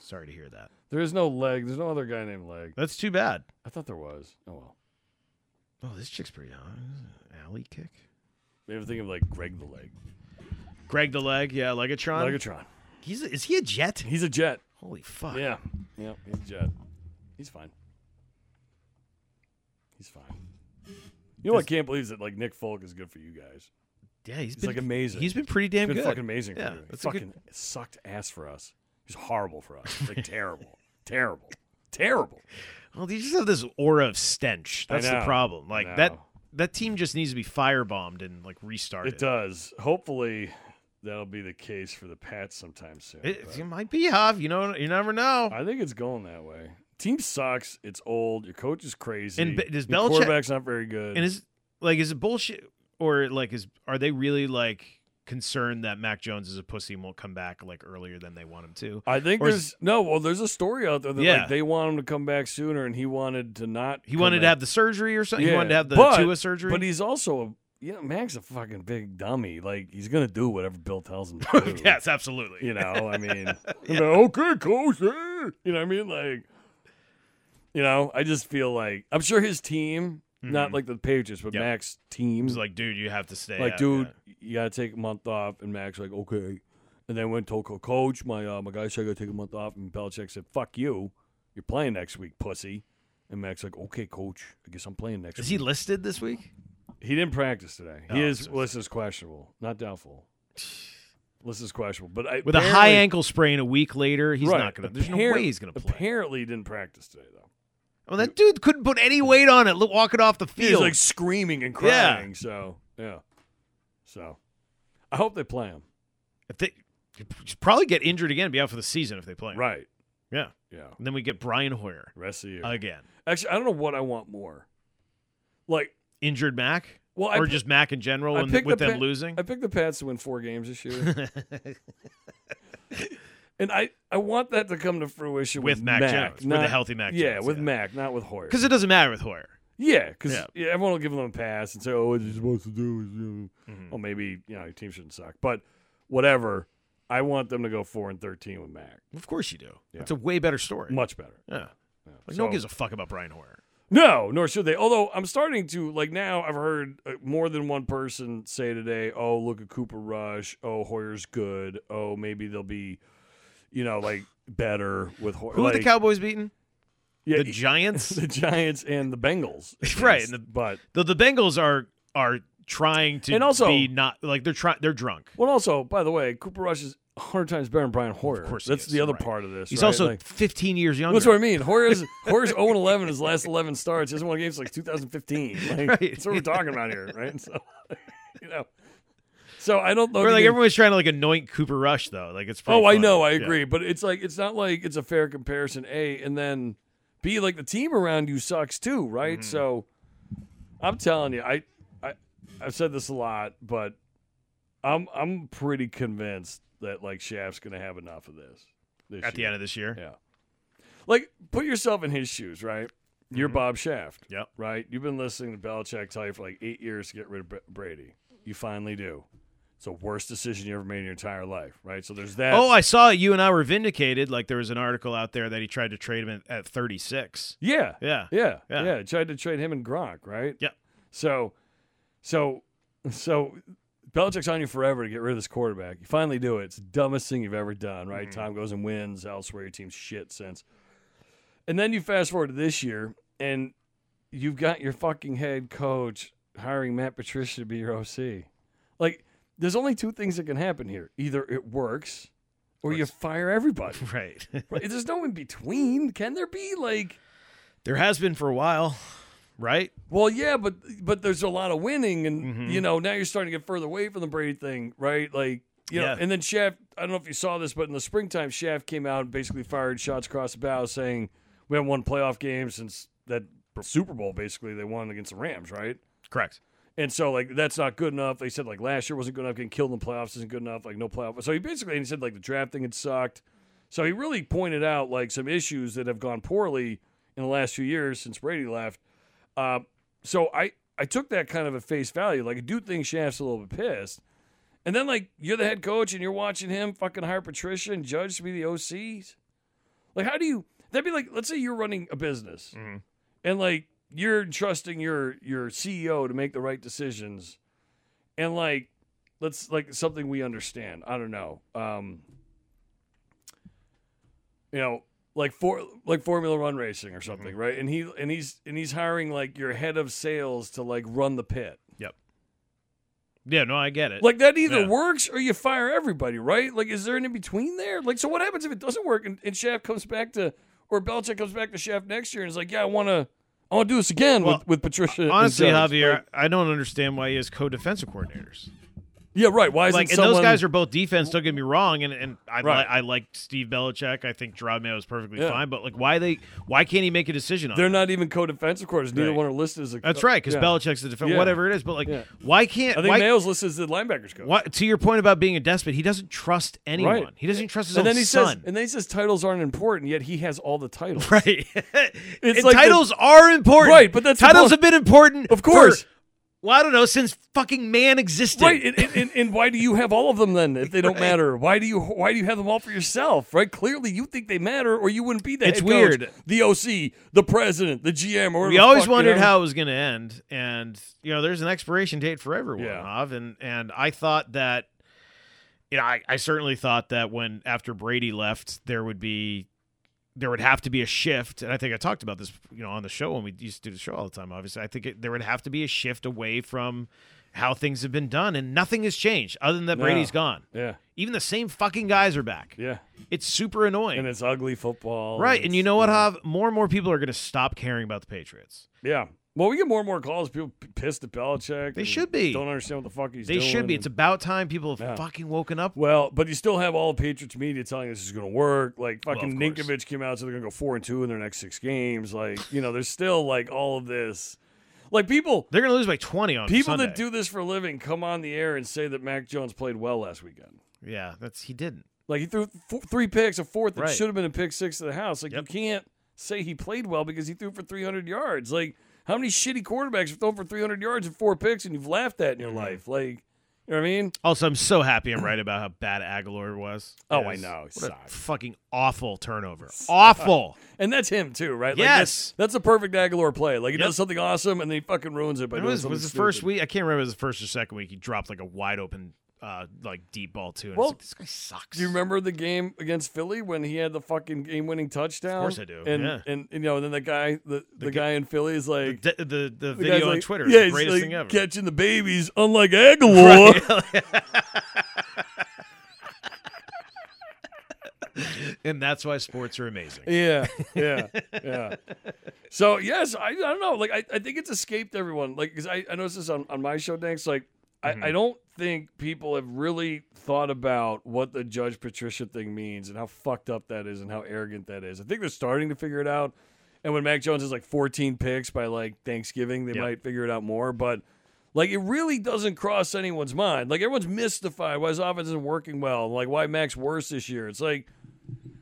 Speaker 3: Sorry to hear that.
Speaker 2: There is no leg. There's no other guy named Leg.
Speaker 3: That's too bad.
Speaker 2: I thought there was. Oh well.
Speaker 3: Oh, this chick's pretty hot. Alley kick.
Speaker 2: Maybe I'm thinking of like Greg the Leg.
Speaker 3: Greg the leg. Yeah, Legatron.
Speaker 2: Legatron.
Speaker 3: He's a, is he a jet?
Speaker 2: He's a jet.
Speaker 3: Holy fuck.
Speaker 2: Yeah. Yeah, he's a jet. He's fine. He's fine. You know what I can't believe is that like Nick Folk is good for you guys.
Speaker 3: Yeah, he's
Speaker 2: He's
Speaker 3: been
Speaker 2: like amazing.
Speaker 3: He's been pretty damn
Speaker 2: He's been
Speaker 3: good.
Speaker 2: fucking amazing
Speaker 3: Yeah,
Speaker 2: for you. He
Speaker 3: that's a good-
Speaker 2: fucking sucked ass for us. He's horrible for us. Like terrible. terrible. Terrible.
Speaker 3: Well, Oh, they just have this aura of stench.
Speaker 2: I
Speaker 3: That's the
Speaker 2: know.
Speaker 3: problem. Like
Speaker 2: I
Speaker 3: that
Speaker 2: know.
Speaker 3: that team just needs to be firebombed and like restarted.
Speaker 2: It does. Hopefully that'll be the case for the Pats sometime soon.
Speaker 3: It,
Speaker 2: but-
Speaker 3: it might be Hov. You know, you never know.
Speaker 2: I think it's going that way. Team sucks. It's old. Your coach is crazy.
Speaker 3: And Be- does
Speaker 2: Your
Speaker 3: Belichick-
Speaker 2: quarterback's not very good.
Speaker 3: and is like is it bullshit or like is are they really like concerned that Mac Jones is a pussy and won't come back like earlier than they want him to?
Speaker 2: I think
Speaker 3: or is-
Speaker 2: there's no. Well, there's a story out there that
Speaker 3: Yeah.
Speaker 2: like they want him to come back sooner, and he wanted to not.
Speaker 3: He wanted to have the surgery or something. He wanted to have the
Speaker 2: but,
Speaker 3: Tua surgery.
Speaker 2: But he's also a you know Mac's a fucking big dummy. Like he's gonna do whatever Bill tells him to do.
Speaker 3: yes, absolutely.
Speaker 2: You know. I mean. you know, okay, coach. eh." You know what I mean? Like. You know, I just feel like I'm sure his team Not like the Patriots, but
Speaker 3: Yep.
Speaker 2: Max teams.
Speaker 3: Mm-hmm. He's like, dude, you have to stay.
Speaker 2: like,
Speaker 3: out,
Speaker 2: dude,
Speaker 3: yeah."
Speaker 2: you gotta take a month off. And Max like, okay. And then went told co- coach, my uh, my guy said I gotta take a month off. And Belichick said, fuck you, you're playing next week, pussy. And Max like, okay, coach, I guess I'm playing next
Speaker 3: Is he
Speaker 2: week.
Speaker 3: listed this week?
Speaker 2: He, didn't practice today. He
Speaker 3: Oh,
Speaker 2: is
Speaker 3: so-
Speaker 2: listed as questionable, not doubtful. Listed as questionable, but I,
Speaker 3: With a high
Speaker 2: apparently-
Speaker 3: ankle sprain a week later, he's
Speaker 2: Right.
Speaker 3: not gonna. There's no
Speaker 2: Appar-
Speaker 3: way he's gonna play.
Speaker 2: Apparently, he didn't practice today though.
Speaker 3: well, that dude couldn't put any weight on it. Look, walking off the
Speaker 2: He's
Speaker 3: field.
Speaker 2: like screaming and
Speaker 3: Yeah.
Speaker 2: crying. So yeah, so I hope they play him.
Speaker 3: If they he'd probably get injured again, and be out for the season if they play. him.
Speaker 2: Right.
Speaker 3: Yeah.
Speaker 2: Yeah.
Speaker 3: And then we get Brian Hoyer
Speaker 2: Rest of the year.
Speaker 3: again.
Speaker 2: Actually, I don't know what I want more. Like,
Speaker 3: Injured Mac,
Speaker 2: well, I
Speaker 3: or
Speaker 2: pi-
Speaker 3: just Mac in general,
Speaker 2: I
Speaker 3: and
Speaker 2: picked
Speaker 3: with
Speaker 2: the
Speaker 3: them
Speaker 2: pa-
Speaker 3: losing.
Speaker 2: I picked the Pats to win four games this year, and I I want that to come to fruition
Speaker 3: with Mac, Jones,
Speaker 2: not-
Speaker 3: with a healthy Mac.
Speaker 2: yeah,
Speaker 3: Jones,
Speaker 2: with Mac, not with Hoyer.
Speaker 3: because it doesn't matter with Hoyer.
Speaker 2: Yeah, because
Speaker 3: Yeah.
Speaker 2: everyone will give them a pass and say, "Oh, what you're supposed to do is, you know,
Speaker 3: Mhm.
Speaker 2: well, maybe you know your team shouldn't suck." But whatever, I want them to go four and thirteen with Mac.
Speaker 3: Of course you do.
Speaker 2: Yeah.
Speaker 3: It's a way better story.
Speaker 2: Much better.
Speaker 3: yeah,
Speaker 2: Yeah.
Speaker 3: like
Speaker 2: So-
Speaker 3: no one gives a fuck about Brian Hoyer.
Speaker 2: No, nor should they. Although I'm starting to like now, I've heard uh, more than one person say today, "Oh, look at Cooper Rush. Oh, Hoyer's good. Oh, maybe they'll be, you know, like better with Hoyer."
Speaker 3: Who have the
Speaker 2: Like,
Speaker 3: Cowboys beaten?
Speaker 2: yeah,
Speaker 3: the Giants.
Speaker 2: the Giants and the Bengals, at
Speaker 3: Right,
Speaker 2: least.
Speaker 3: and the-
Speaker 2: but
Speaker 3: Though the Bengals are are trying to
Speaker 2: And also-
Speaker 3: be not like they're trying they're drunk.
Speaker 2: Well, also, by the way, Cooper Rush is 100 times better than Brian Hoyer.
Speaker 3: Of course he
Speaker 2: That's
Speaker 3: is,
Speaker 2: the other
Speaker 3: right.
Speaker 2: part of this.
Speaker 3: He's
Speaker 2: right?
Speaker 3: also
Speaker 2: Like,
Speaker 3: 15 years younger.
Speaker 2: that's what I mean. Hoyer's Hoyer's 0 and 11 his last 11 starts. He hasn't won a game since like 2015. Like,
Speaker 3: Right.
Speaker 2: That's what we're talking about here, right? So, you know, so I don't know.
Speaker 3: Or
Speaker 2: if
Speaker 3: like
Speaker 2: you can-
Speaker 3: everyone's trying to like anoint Cooper Rush though. Like it's pretty
Speaker 2: oh, I
Speaker 3: funny.
Speaker 2: know, I
Speaker 3: Yeah.
Speaker 2: agree, but it's like it's not like it's a fair comparison. A and then B, like the team around you sucks too, right?
Speaker 3: Mm.
Speaker 2: So, I'm telling you, I, I, I've said this a lot, but I'm I'm pretty convinced that like Shaft's gonna have enough of this. this
Speaker 3: At the
Speaker 2: year.
Speaker 3: end of this year.
Speaker 2: Yeah. Like, put yourself in his shoes, right? You're Bob Shaft.
Speaker 3: Mm-hmm. Yep.
Speaker 2: Right? You've been listening to Belichick tell you for like eight years to get rid of Br- Brady. You finally do. It's the worst decision you ever made in your entire life, right? So there's that.
Speaker 3: Oh, I saw you and I were vindicated. Like there was an article out there that he tried to trade him at, at 36.
Speaker 2: yeah.
Speaker 3: Yeah.
Speaker 2: Yeah. Yeah.
Speaker 3: Yeah.
Speaker 2: Tried to trade him and Gronk, right?
Speaker 3: Yep.
Speaker 2: So, so, so Belichick's on you forever to get rid of this quarterback. You finally do it. It's the dumbest thing you've ever done, right? Time goes and wins elsewhere. Your team's shit since. And then you fast forward to this year, and you've got your fucking head coach hiring Matt Patricia to be your OC. Like, there's only two things that can happen here either it works or you fire everybody.
Speaker 3: Right.
Speaker 2: Right? There's no in between. Can there be? Like,
Speaker 3: there has been for a while, right?
Speaker 2: Well, yeah, but but there's a lot of winning, and
Speaker 3: Mhm.
Speaker 2: you know now you're starting to get further away from the Brady thing, right? Like you know,
Speaker 3: Yeah.
Speaker 2: and then Shaft. I don't know if you saw this, but in the springtime, Shaft came out and basically fired shots across the bow, saying we haven't won a playoff game since that Super Bowl. Basically, they won against the Rams, right?
Speaker 3: Correct.
Speaker 2: And so like that's not good enough. They said like last year wasn't good enough. Getting killed in the playoffs isn't good enough. Like no playoff. So he basically and he said like the draft thing had sucked. So he really pointed out like some issues that have gone poorly in the last few years since Brady left. Uh, so I I took that kind of at face value. Like I do think Shaft's a little bit pissed. And then like you're the head coach and you're watching him fucking hire Patricia and Judge to be the OCs. Like how do you? That'd be like let's say you're running a business
Speaker 3: Mhm.
Speaker 2: and like you're trusting your your CEO to make the right decisions, and like let's like something we understand. I don't know. Um, you know, like for like Formula One racing or something, right? And he and he's and he's hiring like your head of sales to like run the pit.
Speaker 3: Yeah, no, I get it.
Speaker 2: Like that either
Speaker 3: Yeah.
Speaker 2: works or you fire everybody, right? Like, is there an in between there? Like, so what happens if it doesn't work and, and Shaft comes back to or Belichick comes back to Shaft next year and is like, yeah, I want to, I want to do this again
Speaker 3: Well,
Speaker 2: with, with Patricia. and
Speaker 3: Honestly,
Speaker 2: Judge.
Speaker 3: Javier,
Speaker 2: Like,
Speaker 3: I don't understand why he has co-defensive coordinators.
Speaker 2: yeah, right. Why isn't
Speaker 3: Like, and
Speaker 2: someone?
Speaker 3: those guys are both defense. Don't get me wrong, and and I
Speaker 2: Right.
Speaker 3: li- I like Steve Belichick. I think Gerard Mayo is perfectly
Speaker 2: Yeah.
Speaker 3: fine, but like, why they? Why can't he make a decision on?
Speaker 2: they're
Speaker 3: it?
Speaker 2: not even co-defensive coordinators. Neither
Speaker 3: Right.
Speaker 2: one are listed as a.
Speaker 3: That's right, because
Speaker 2: yeah.
Speaker 3: Belichick's the defense,
Speaker 2: Yeah.
Speaker 3: whatever it is. But like,
Speaker 2: Yeah.
Speaker 3: why
Speaker 2: I
Speaker 3: can't?
Speaker 2: think
Speaker 3: Why,
Speaker 2: Mayo's listed as the linebackers coach.
Speaker 3: why- To your point about being a despot, he doesn't trust anyone. He doesn't trust his
Speaker 2: And
Speaker 3: own
Speaker 2: then he says,
Speaker 3: son.
Speaker 2: and then he says titles aren't important, yet he has all the titles.
Speaker 3: right.
Speaker 2: It's
Speaker 3: And
Speaker 2: like the-
Speaker 3: titles are important,
Speaker 2: Right, but that's the
Speaker 3: titles
Speaker 2: point.
Speaker 3: have been important,
Speaker 2: Of course.
Speaker 3: for Well, I don't know since fucking man existed.
Speaker 2: Right, and, and, and, and why do you have all of them then if they don't matter? Why do you why do you have them all for yourself? Right, clearly you think they matter, or you wouldn't be the
Speaker 3: It's
Speaker 2: head coach,
Speaker 3: weird.
Speaker 2: the OC, the president, the GM, or
Speaker 3: we always wondered how it was going to end, and you know, there's an expiration date for everyone,
Speaker 2: Yeah.
Speaker 3: Av, and and I thought that, you know, I, I certainly thought that when after Brady left, there would be, there would have to be a shift, and I think I talked about this, you know, on the show when we used to do the show all the time. Obviously, I think it, there would have to be a shift away from how things have been done, and nothing has changed other than that
Speaker 2: No.
Speaker 3: Brady's gone.
Speaker 2: Yeah,
Speaker 3: Even the same fucking guys are back.
Speaker 2: yeah,
Speaker 3: It's super annoying.
Speaker 2: and it's ugly football,
Speaker 3: Right, and
Speaker 2: it's-
Speaker 3: you know what, Hav? More and more people are going to stop caring about the Patriots.
Speaker 2: Yeah. Well, we get more and more calls. People p- pissed at Belichick.
Speaker 3: They
Speaker 2: and
Speaker 3: should be.
Speaker 2: Don't understand what the fuck he's
Speaker 3: They
Speaker 2: doing.
Speaker 3: should be. It's
Speaker 2: and-
Speaker 3: about time people have
Speaker 2: Yeah.
Speaker 3: fucking woken up.
Speaker 2: well, but you still have all the Patriots media telling us this is going to work. Like
Speaker 3: Well,
Speaker 2: fucking
Speaker 3: of course.
Speaker 2: Ninkovich came out, so they're going to go four and two in their next six games. Like you know, there's still like all of this. Like people,
Speaker 3: They're going to lose by 20 on
Speaker 2: people
Speaker 3: Sunday.
Speaker 2: that do this for a living come on the air and say that Mac Jones played well last weekend.
Speaker 3: Yeah, that's he didn't.
Speaker 2: Like he threw four, three picks, a fourth that
Speaker 3: Right.
Speaker 2: should have been a pick six to the house. Like
Speaker 3: Yep.
Speaker 2: you can't say he played well because he threw for 300 yards. Like how many shitty quarterbacks have thrown for 300 yards and four picks and you've laughed at in
Speaker 3: Mm-hmm.
Speaker 2: your life? Like you know what I mean?
Speaker 3: Also, I'm so happy I'm right about how bad Aguilar was.
Speaker 2: Oh,
Speaker 3: Yes.
Speaker 2: I know.
Speaker 3: What a
Speaker 2: Sucked.
Speaker 3: fucking awful turnover. Awful.
Speaker 2: And that's him too, right? Like
Speaker 3: Yes.
Speaker 2: that's, that's a perfect Aguilar play. Like he
Speaker 3: Yep.
Speaker 2: does something awesome and then he fucking ruins it by
Speaker 3: It
Speaker 2: doing
Speaker 3: was
Speaker 2: something
Speaker 3: was the
Speaker 2: stupid.
Speaker 3: first week. I can't remember if it was the first or second week. He dropped like a wide open, uh, like deep ball too. And
Speaker 2: Well,
Speaker 3: it's like, this guy sucks.
Speaker 2: Do you remember the game against Philly when he had the fucking game-winning touchdown?
Speaker 3: course I do,
Speaker 2: And
Speaker 3: yeah.
Speaker 2: and, and you know, and then the guy, the, the,
Speaker 3: ga-
Speaker 2: guy in Philly is like,
Speaker 3: the, the, the,
Speaker 2: The
Speaker 3: video
Speaker 2: guy's
Speaker 3: on
Speaker 2: like,
Speaker 3: Twitter?
Speaker 2: yeah,
Speaker 3: is the
Speaker 2: he's
Speaker 3: greatest
Speaker 2: like
Speaker 3: thing ever.
Speaker 2: Catching the babies, unlike Aguilar.
Speaker 3: and that's why sports are amazing.
Speaker 2: Yeah, yeah, yeah. So yes, I, I don't know. Like I, I think it's escaped everyone. Like because I, I noticed this on, on my show next. Like I,
Speaker 3: Mm-hmm.
Speaker 2: I don't think people have really thought about what the Judge Patricia thing means and how fucked up that is and how arrogant that is. I think they're starting to figure it out. And when Mac Jones has like 14 picks by like Thanksgiving, they
Speaker 3: Yep.
Speaker 2: might figure it out more. But like it really doesn't cross anyone's mind. Like everyone's mystified why his offense isn't working well. Like why Mac's worse this year. It's like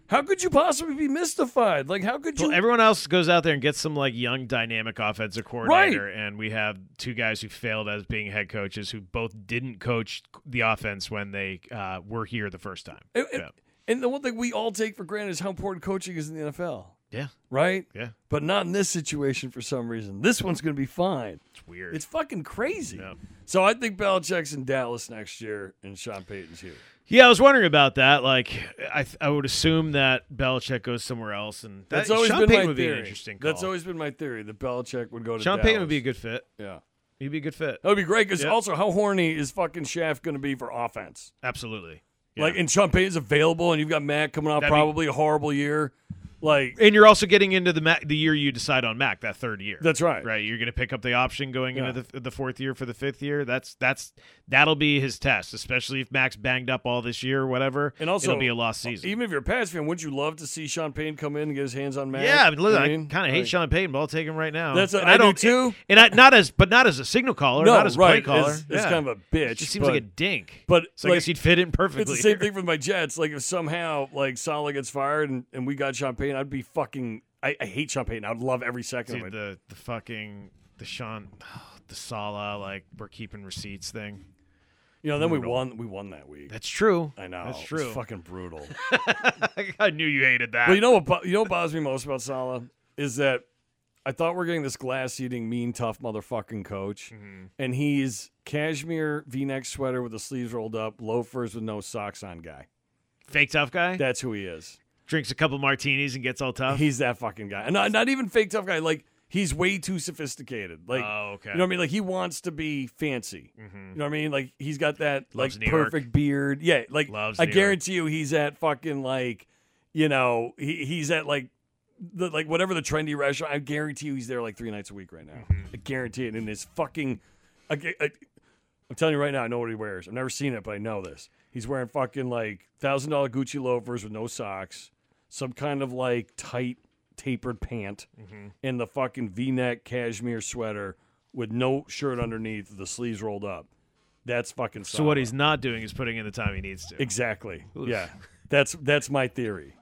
Speaker 2: how could you possibly be mystified? Like, how could you?
Speaker 3: Well, everyone else goes out there and gets some like young dynamic offensive coordinator, and we have two guys who failed as being head coaches who both didn't coach the offense when they uh, were here the first time.
Speaker 2: and, and-
Speaker 3: yeah.
Speaker 2: and the one thing we all take for granted is how important coaching is in the NFL,
Speaker 3: yeah,
Speaker 2: right?
Speaker 3: yeah,
Speaker 2: But not in this situation for some reason. This one's going to be fine.
Speaker 3: it's weird.
Speaker 2: It's fucking crazy.
Speaker 3: Yeah.
Speaker 2: So I think Belichick's in Dallas next year, and Sean Payton's here.
Speaker 3: yeah, I was wondering about that. Like, I I would assume that Belichick goes somewhere else, and that,
Speaker 2: That's always
Speaker 3: Sean
Speaker 2: been
Speaker 3: Payton
Speaker 2: my
Speaker 3: would
Speaker 2: theory.
Speaker 3: be an interesting. Call.
Speaker 2: That's always been my theory that Belichick would go to
Speaker 3: Sean
Speaker 2: Dallas.
Speaker 3: Payton would be a good fit.
Speaker 2: yeah.
Speaker 3: He'd be a good fit.
Speaker 2: That would be great because
Speaker 3: Yeah.
Speaker 2: also how horny is fucking Shaft going to be for offense?
Speaker 3: Absolutely.
Speaker 2: Like,
Speaker 3: Yeah.
Speaker 2: and Sean Payton's available, and you've got Matt coming off
Speaker 3: That'd be-
Speaker 2: probably a horrible year. Like,
Speaker 3: and you're also getting into the Mac, the year you decide on Mac, that third year.
Speaker 2: that's right.
Speaker 3: right? You're going to pick up the option going
Speaker 2: Yeah.
Speaker 3: into the, the fourth year for the fifth year. That's that's that'll be his test, especially if Max banged up all this year or whatever.
Speaker 2: And also,
Speaker 3: it'll be a lost season.
Speaker 2: Even if you're a Pats fan, wouldn't you love to see Sean Payne come in and get his hands on Mac?
Speaker 3: yeah, I, mean, listen, I,
Speaker 2: mean,
Speaker 3: kind of hate
Speaker 2: like,
Speaker 3: Sean Payton, but I'll take him right now.
Speaker 2: That's what
Speaker 3: And
Speaker 2: I do
Speaker 3: don't
Speaker 2: too.
Speaker 3: And I, not as, but not as a signal caller,
Speaker 2: No,
Speaker 3: not as a
Speaker 2: right.
Speaker 3: play caller.
Speaker 2: It's, it's kind of a bitch.
Speaker 3: it just seems
Speaker 2: but,
Speaker 3: like a dink.
Speaker 2: but
Speaker 3: so I
Speaker 2: like,
Speaker 3: guess he'd fit in perfectly.
Speaker 2: it's the same thing with my Jets. Like if somehow like Salah gets fired and, and we got Sean Payne, I'd be fucking. I, I hate Sean Payton. I'd love every second
Speaker 3: Dude,
Speaker 2: of it.
Speaker 3: the the fucking the Sean, the Sala, like we're keeping receipts thing.
Speaker 2: you know, then we won. We won that week.
Speaker 3: That's true.
Speaker 2: I know.
Speaker 3: That's
Speaker 2: It
Speaker 3: true.
Speaker 2: was fucking brutal.
Speaker 3: I knew you hated that.
Speaker 2: Well, you know what? bo- You know what bothers me most about Salah is that I thought we're getting this glass-eating, mean, tough motherfucking coach,
Speaker 3: Mm-hmm.
Speaker 2: and he's cashmere V-neck sweater with the sleeves rolled up, loafers with no socks on, guy.
Speaker 3: Fake tough guy
Speaker 2: That's who he is.
Speaker 3: drinks a couple martinis and gets all tough.
Speaker 2: He's that fucking guy, and not, not even fake tough guy. Like he's way too sophisticated. Like
Speaker 3: Oh, okay. Mm-hmm.
Speaker 2: you know what I mean? Like he wants to be fancy. You know what I mean? Like he's got that
Speaker 3: Loves
Speaker 2: like
Speaker 3: New York.
Speaker 2: perfect beard. Yeah, like
Speaker 3: Loves
Speaker 2: I
Speaker 3: New York.
Speaker 2: guarantee you, he's at fucking like you know he, he's at like the like whatever the trendy restaurant. I guarantee you, he's there like three nights a week right now.
Speaker 3: Mm-hmm.
Speaker 2: I guarantee it. And his fucking, I, gu- I, I'm telling you right now, I know what he wears. I've never seen it, but I know this. He's wearing fucking like thousand dollar Gucci loafers with no socks, some kind of like tight tapered pant, and the fucking V neck cashmere sweater with no shirt underneath, the sleeves rolled up. That's fucking.
Speaker 3: So what he's not doing is putting in the time he needs to.
Speaker 2: exactly? Yeah, that's that's my theory.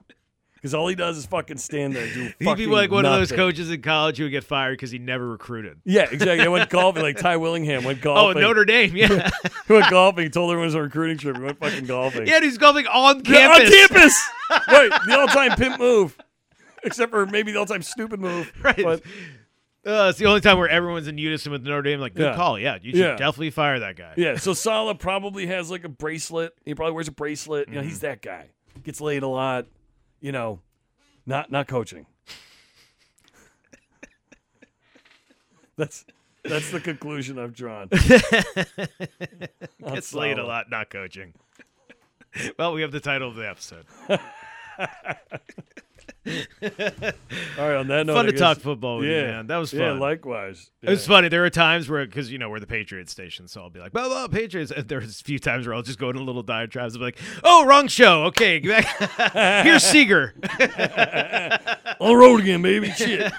Speaker 2: because all he does is fucking stand there and do
Speaker 3: He'd be
Speaker 2: fucking
Speaker 3: like one of those
Speaker 2: nothing.
Speaker 3: coaches in college who would get fired because he never recruited.
Speaker 2: Yeah, exactly. I went golfing like Ty Willingham went
Speaker 3: Oh,
Speaker 2: golfing.
Speaker 3: Notre Dame, yeah,
Speaker 2: He went golfing. He told everyone it was a recruiting trip. He went fucking golfing.
Speaker 3: yeah, and he's golfing on
Speaker 2: Yeah,
Speaker 3: campus.
Speaker 2: On campus. right, the all-time pimp move, except for maybe the all-time stupid move.
Speaker 3: Right.
Speaker 2: But
Speaker 3: Uh, it's the only time where everyone's in unison with Notre Dame. Like, good
Speaker 2: Yeah.
Speaker 3: call. Yeah, you should
Speaker 2: Yeah.
Speaker 3: definitely fire that guy.
Speaker 2: yeah, so Salah probably has like a bracelet. He probably wears a bracelet. You know,
Speaker 3: Mm.
Speaker 2: he's that guy. Gets laid a lot. You know, not not coaching. that's that's the conclusion I've drawn. On
Speaker 3: It's late a
Speaker 2: Salah.
Speaker 3: lot, not coaching. well, we have the title of the episode.
Speaker 2: All right, on that note,
Speaker 3: Fun
Speaker 2: I
Speaker 3: to
Speaker 2: guess-
Speaker 3: talk football with you,
Speaker 2: yeah,
Speaker 3: man. That was
Speaker 2: Yeah,
Speaker 3: fun.
Speaker 2: likewise.
Speaker 3: It was funny. There were times where, because you know we're the Patriots station, so I'll be like, "Blah blah Patriots." And there's a few times where I'll just go into little diatribes. I'll be like, "Oh, wrong show. Okay, get back. here's Seeger."
Speaker 2: on the road again, baby. Shit.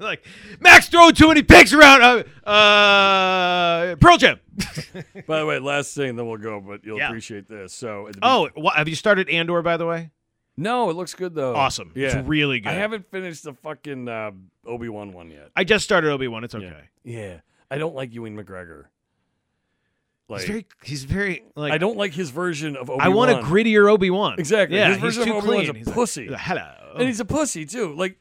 Speaker 3: like Max throwing too many picks around. Uh, uh Pearl Jam.
Speaker 2: By the way, last thing, then we'll go, but you'll
Speaker 3: Yeah.
Speaker 2: appreciate this. So, at the
Speaker 3: oh, wha- have you started Andor? By the way,
Speaker 2: No, it looks good though.
Speaker 3: awesome.
Speaker 2: Yeah.
Speaker 3: It's really good.
Speaker 2: I haven't finished the fucking uh, Obi Wan one yet.
Speaker 3: I just started Obi Wan. It's okay.
Speaker 2: Yeah. I don't like Ewan McGregor. Like
Speaker 3: he's very. He's very like.
Speaker 2: I don't like his version of Obi Wan.
Speaker 3: I want a grittier Obi Wan.
Speaker 2: Exactly.
Speaker 3: Yeah,
Speaker 2: His version
Speaker 3: he's
Speaker 2: of
Speaker 3: too
Speaker 2: Obi-Wan's
Speaker 3: clean.
Speaker 2: a
Speaker 3: He's like,
Speaker 2: pussy.
Speaker 3: Hello.
Speaker 2: And he's a pussy too. Like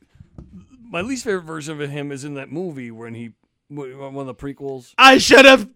Speaker 2: my least favorite version of him is in that movie when he one of the prequels.
Speaker 3: I should have.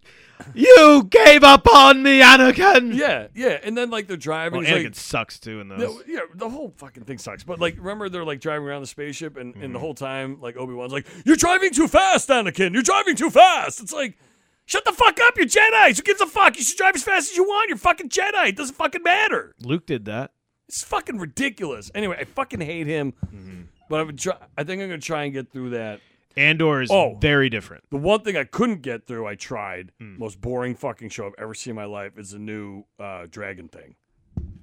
Speaker 3: You gave up on me, Anakin.
Speaker 2: Yeah, yeah. And then like they're driving.
Speaker 3: Well,
Speaker 2: he's
Speaker 3: Anakin
Speaker 2: like,
Speaker 3: sucks too in those.
Speaker 2: No, yeah, the whole fucking thing sucks. But like, remember they're like driving around the spaceship, and, and
Speaker 3: Mm-hmm.
Speaker 2: the whole time, like Obi Wan's like, "You're driving too fast, Anakin. You're driving too fast." It's like, shut the fuck up, you Jedi's. Who gives a fuck? You should drive as fast as you want. You're fucking Jedi. It doesn't fucking matter.
Speaker 3: Luke did that.
Speaker 2: It's fucking ridiculous. Anyway, I fucking hate him.
Speaker 3: Mm-hmm.
Speaker 2: But I would try. I think I'm gonna try and get through that.
Speaker 3: Andor is
Speaker 2: Oh.
Speaker 3: very different.
Speaker 2: The one thing I couldn't get through, I tried.
Speaker 3: Mm.
Speaker 2: Most boring fucking show I've ever seen in my life is the new uh, dragon thing.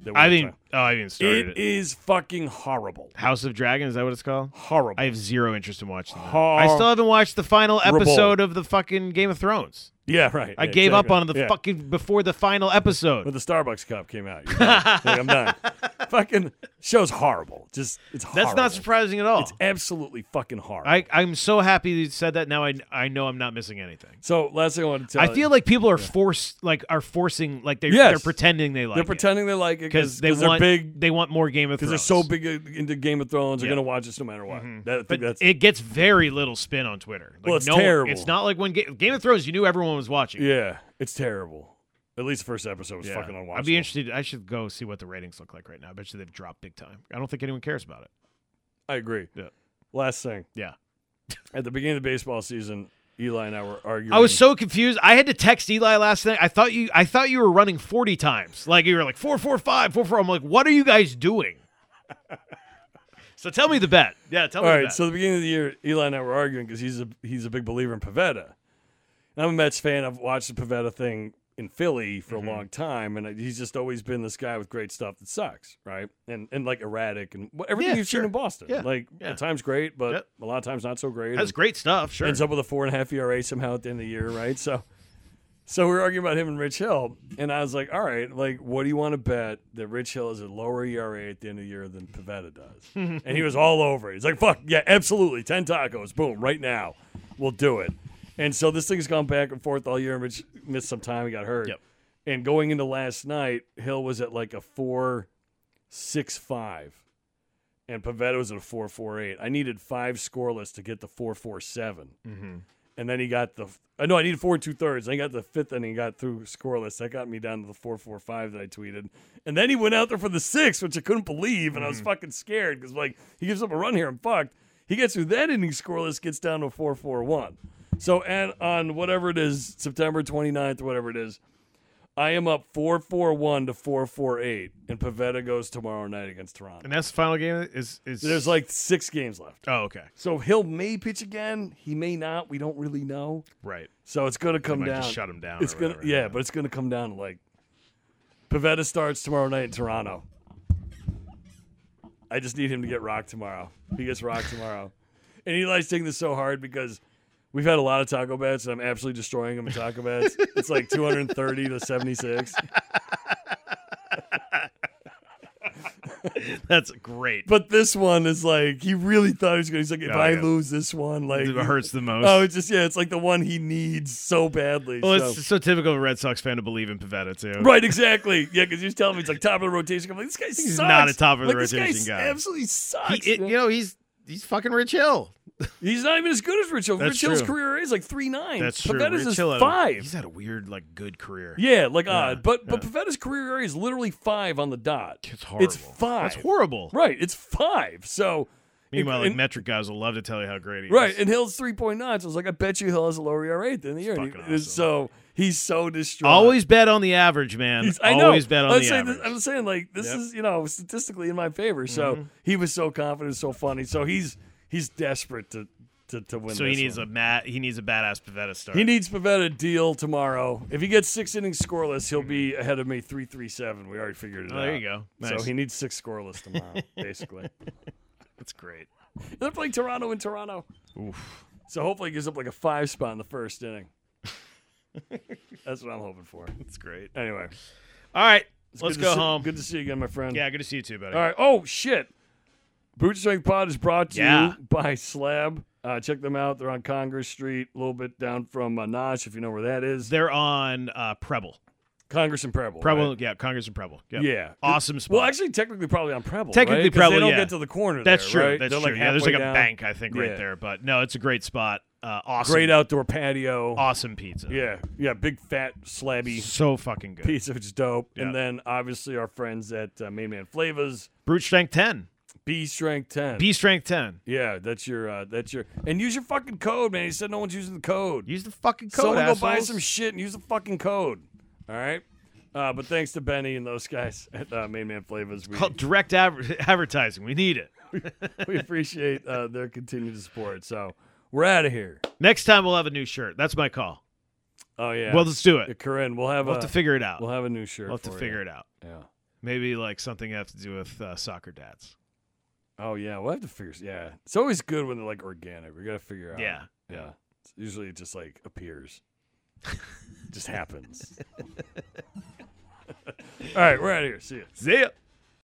Speaker 2: that we
Speaker 3: I
Speaker 2: were
Speaker 3: didn't. Oh, I even
Speaker 2: trying-
Speaker 3: started it.
Speaker 2: It is fucking horrible.
Speaker 3: House of Dragon is that what it's called?
Speaker 2: Horrible.
Speaker 3: I have zero interest in watching that. I still haven't watched the final
Speaker 2: Horrible.
Speaker 3: episode of the fucking Game of Thrones.
Speaker 2: Yeah, right.
Speaker 3: I
Speaker 2: Yeah,
Speaker 3: gave up
Speaker 2: exactly.
Speaker 3: on it the
Speaker 2: Yeah.
Speaker 3: fucking before the final episode.
Speaker 2: when the Starbucks cup came out. You're done. Like, I'm done. fucking show's horrible. Just it's
Speaker 3: That's
Speaker 2: horrible.
Speaker 3: not surprising at all.
Speaker 2: It's absolutely fucking horrible.
Speaker 3: I I'm so happy you said that. Now I I know I'm not missing anything.
Speaker 2: so last thing I want to tell
Speaker 3: I feel like people are forced, like are forcing, like they're
Speaker 2: Uh, Yes.
Speaker 3: they're pretending they like
Speaker 2: they're pretending they like it
Speaker 3: because
Speaker 2: because
Speaker 3: they
Speaker 2: are
Speaker 3: want
Speaker 2: big
Speaker 3: they want more Game of
Speaker 2: because
Speaker 3: Thrones.
Speaker 2: they're so big into Game of Thrones. They're
Speaker 3: Yeah. Mm-hmm.
Speaker 2: gonna watch this no matter what. That, I think
Speaker 3: But
Speaker 2: that's
Speaker 3: it gets very little spin on Twitter. Like,
Speaker 2: Well, it's
Speaker 3: no,
Speaker 2: terrible.
Speaker 3: It's not like when Ga- Game of Thrones, you knew everyone was watching.
Speaker 2: yeah. It's terrible. At least the first episode was
Speaker 3: Yeah.
Speaker 2: fucking unwatchable.
Speaker 3: I'd be interested. I should go see what the ratings look like right now. I bet you they've dropped big time. I don't think anyone cares about it.
Speaker 2: I agree.
Speaker 3: Yeah.
Speaker 2: Last thing.
Speaker 3: Yeah.
Speaker 2: At the beginning of the baseball season, Eli and I were arguing.
Speaker 3: I was so confused. I had to text Eli last night. I thought you I thought you were running 40 times. Like you were like four, four, five, four, four. I'm like, what are you guys doing? so tell me the bet. Yeah, tell
Speaker 2: All
Speaker 3: me
Speaker 2: right,
Speaker 3: the bet.
Speaker 2: so at the beginning of the year, Eli and I were arguing because he's a he's a big believer in Pavetta. And I'm a Mets fan. I've watched the Pavetta thing in Philly for
Speaker 3: Mm-hmm.
Speaker 2: a long time, and he's just always been this guy with great stuff that sucks, right? And and like erratic and wh- everything
Speaker 3: Yeah,
Speaker 2: you've
Speaker 3: sure.
Speaker 2: seen in Boston.
Speaker 3: Yeah,
Speaker 2: Like
Speaker 3: yeah.
Speaker 2: at times great, but
Speaker 3: Yep.
Speaker 2: a lot of times not so great.
Speaker 3: That's
Speaker 2: and
Speaker 3: great stuff, sure.
Speaker 2: Ends up with a four and a half ERA somehow at the end of the year, right? So. So we were arguing about him and Rich Hill, and I was like, "All right, like, what do you want to bet that Rich Hill is a lower ERA at the end of the year than Pavetta does?" and he was all over. it. He's like, "Fuck yeah, absolutely, ten tacos, boom, right now, we'll do it." And so this thing's gone back and forth all year. And Rich missed some time; he got hurt.
Speaker 3: Yep.
Speaker 2: And going into last night, Hill was at like a four six five, and Pavetta was at a four four eight. I needed five scoreless to get the four four seven and then he got the. uh, I know I needed four and two thirds. I got the fifth inning, got through scoreless. That got me down to the four four five that I tweeted, and then he went out there for the six, which I couldn't believe, and I was fucking scared because like he gives up a run here, I'm fucked. He gets through that inning scoreless, gets down to four four one. So and on whatever it is, September 29th, whatever it is, I am up four four one to four four eight, and Pavetta goes tomorrow night against Toronto.
Speaker 3: and that's the final game is is
Speaker 2: There's like six games left.
Speaker 3: Oh, okay.
Speaker 2: So Hill may pitch again. He may not. We don't really know.
Speaker 3: Right.
Speaker 2: So it's gonna come
Speaker 3: Might
Speaker 2: down.
Speaker 3: just shut him down.
Speaker 2: It's
Speaker 3: or
Speaker 2: gonna
Speaker 3: whatever.
Speaker 2: yeah, but it's gonna come down to like Pavetta starts tomorrow night in Toronto. I just need him to get rocked tomorrow. He gets rocked tomorrow. And Eli's taking this so hard because we've had a lot of taco bets and I'm absolutely destroying him in taco bets. it's like 230 to 76.
Speaker 3: That's great.
Speaker 2: But this one is like he really thought he was going. to He's like, if
Speaker 3: Oh,
Speaker 2: I
Speaker 3: yeah.
Speaker 2: lose this one, like
Speaker 3: it hurts the most.
Speaker 2: Oh, it's just yeah, it's like the one he needs so badly.
Speaker 3: well,
Speaker 2: so-
Speaker 3: it's so typical of a Red Sox fan to believe in Pavetta too.
Speaker 2: Right, exactly. Yeah, because he was telling me it's like top of the rotation. I'm like, this guy
Speaker 3: He's
Speaker 2: sucks.
Speaker 3: not a top of the
Speaker 2: Like, this
Speaker 3: rotation guy.
Speaker 2: Absolutely
Speaker 3: He-
Speaker 2: sucks.
Speaker 3: it- you know, he's he's fucking Rich Hill.
Speaker 2: he's not even as good as Rich Hill.
Speaker 3: That's
Speaker 2: Rich Hill's
Speaker 3: true.
Speaker 2: career is like three nine.
Speaker 3: That's true.
Speaker 2: Pavetta's
Speaker 3: Rich
Speaker 2: is
Speaker 3: Hill had a-
Speaker 2: five.
Speaker 3: he's had a weird, like, good career.
Speaker 2: yeah, like odd. But but
Speaker 3: yeah.
Speaker 2: Pavetta's career area is literally five on the dot.
Speaker 3: It's horrible.
Speaker 2: five.
Speaker 3: That's horrible.
Speaker 2: Right, it's five. So
Speaker 3: Meanwhile, like
Speaker 2: and-
Speaker 3: metric guys will love to tell you how great he
Speaker 2: right,
Speaker 3: is.
Speaker 2: and Hill's three point nine. So I was like, I bet you Hill has a lower ERA at the end of the year. And
Speaker 3: fucking
Speaker 2: he-
Speaker 3: awesome.
Speaker 2: So he's so distraught.
Speaker 3: Uh, Always bet on the average, man.
Speaker 2: He's- I know.
Speaker 3: Always bet on
Speaker 2: I'm
Speaker 3: the
Speaker 2: saying,
Speaker 3: average.
Speaker 2: this- I'm saying like this
Speaker 3: Yep. Mm-hmm.
Speaker 2: is you know statistically in my favor. So he was so confident, so funny. So he's he's desperate to to, to win.
Speaker 3: so he
Speaker 2: this
Speaker 3: needs
Speaker 2: one.
Speaker 3: a mat. He needs a badass Pavetta start.
Speaker 2: he needs Pavetta deal tomorrow. If he gets six innings scoreless, he'll be ahead of me three three seven. We already figured it
Speaker 3: Oh,
Speaker 2: out.
Speaker 3: there you go. Nice.
Speaker 2: So he needs six scoreless tomorrow, basically.
Speaker 3: That's great.
Speaker 2: They're playing Toronto in Toronto. So hopefully he gives up like a five spot in the first inning. That's what I'm hoping for.
Speaker 3: That's great.
Speaker 2: Anyway,
Speaker 3: All right,
Speaker 2: it's
Speaker 3: let's
Speaker 2: good to
Speaker 3: go
Speaker 2: see-
Speaker 3: home.
Speaker 2: Good to see you again, my friend.
Speaker 3: Yeah, good to see you too, buddy.
Speaker 2: All right. Oh shit. Bootstring Pod is brought to
Speaker 3: Yeah.
Speaker 2: you by Slab. Uh, check them out. They're on Congress Street, a little bit down from uh, Nosh, if you know where that is.
Speaker 3: They're on uh, Preble.
Speaker 2: Congress and Preble.
Speaker 3: Preble,
Speaker 2: right?
Speaker 3: yeah, Congress and Preble. Yep.
Speaker 2: Yeah.
Speaker 3: Awesome spot.
Speaker 2: Well, actually, technically, probably on Preble.
Speaker 3: Technically
Speaker 2: right? 'Cause
Speaker 3: Preble,
Speaker 2: They don't
Speaker 3: yeah.
Speaker 2: get to the corner.
Speaker 3: that's
Speaker 2: there,
Speaker 3: true.
Speaker 2: right?
Speaker 3: That's
Speaker 2: They're,
Speaker 3: true.
Speaker 2: Like
Speaker 3: yeah, there's like
Speaker 2: halfway
Speaker 3: a
Speaker 2: down.
Speaker 3: bank, I think, right
Speaker 2: Yeah.
Speaker 3: there. But no, it's a great spot. Uh, awesome.
Speaker 2: Great outdoor patio.
Speaker 3: Awesome pizza.
Speaker 2: Yeah. Yeah. Big fat slabby
Speaker 3: So fucking good.
Speaker 2: pizza, which is dope.
Speaker 3: Yeah.
Speaker 2: And then obviously our friends at uh, Main Man Flavors,
Speaker 3: Brute strength 10.
Speaker 2: B Strength Ten.
Speaker 3: B strength 10.
Speaker 2: yeah, that's your uh, that's your and use your fucking code, man. He said no one's using the code.
Speaker 3: Use the fucking code.
Speaker 2: Someone go buy
Speaker 3: assholes.
Speaker 2: some shit and use the fucking code. All right. Uh, but thanks to Benny and those guys at uh, Main Man Flavors, we,
Speaker 3: Call direct adver- advertising. We need it.
Speaker 2: we appreciate uh, their continued support. So we're out of here.
Speaker 3: Next time we'll have a new shirt. That's my call.
Speaker 2: Oh yeah.
Speaker 3: Well, let's do
Speaker 2: Uh,
Speaker 3: it.
Speaker 2: Corinne, we'll have
Speaker 3: We'll
Speaker 2: a
Speaker 3: have to figure it out.
Speaker 2: we'll have a new shirt.
Speaker 3: We'll have to figure it out.
Speaker 2: it. Yeah.
Speaker 3: Maybe like something that has to do with uh, soccer dads.
Speaker 2: Oh yeah, we'll have to figure. Yeah, it's always good when they're like organic. We gotta figure out.
Speaker 3: Yeah.
Speaker 2: Yeah. It's usually it just like appears. just happens. All right, we're out of here. See ya.
Speaker 3: See ya.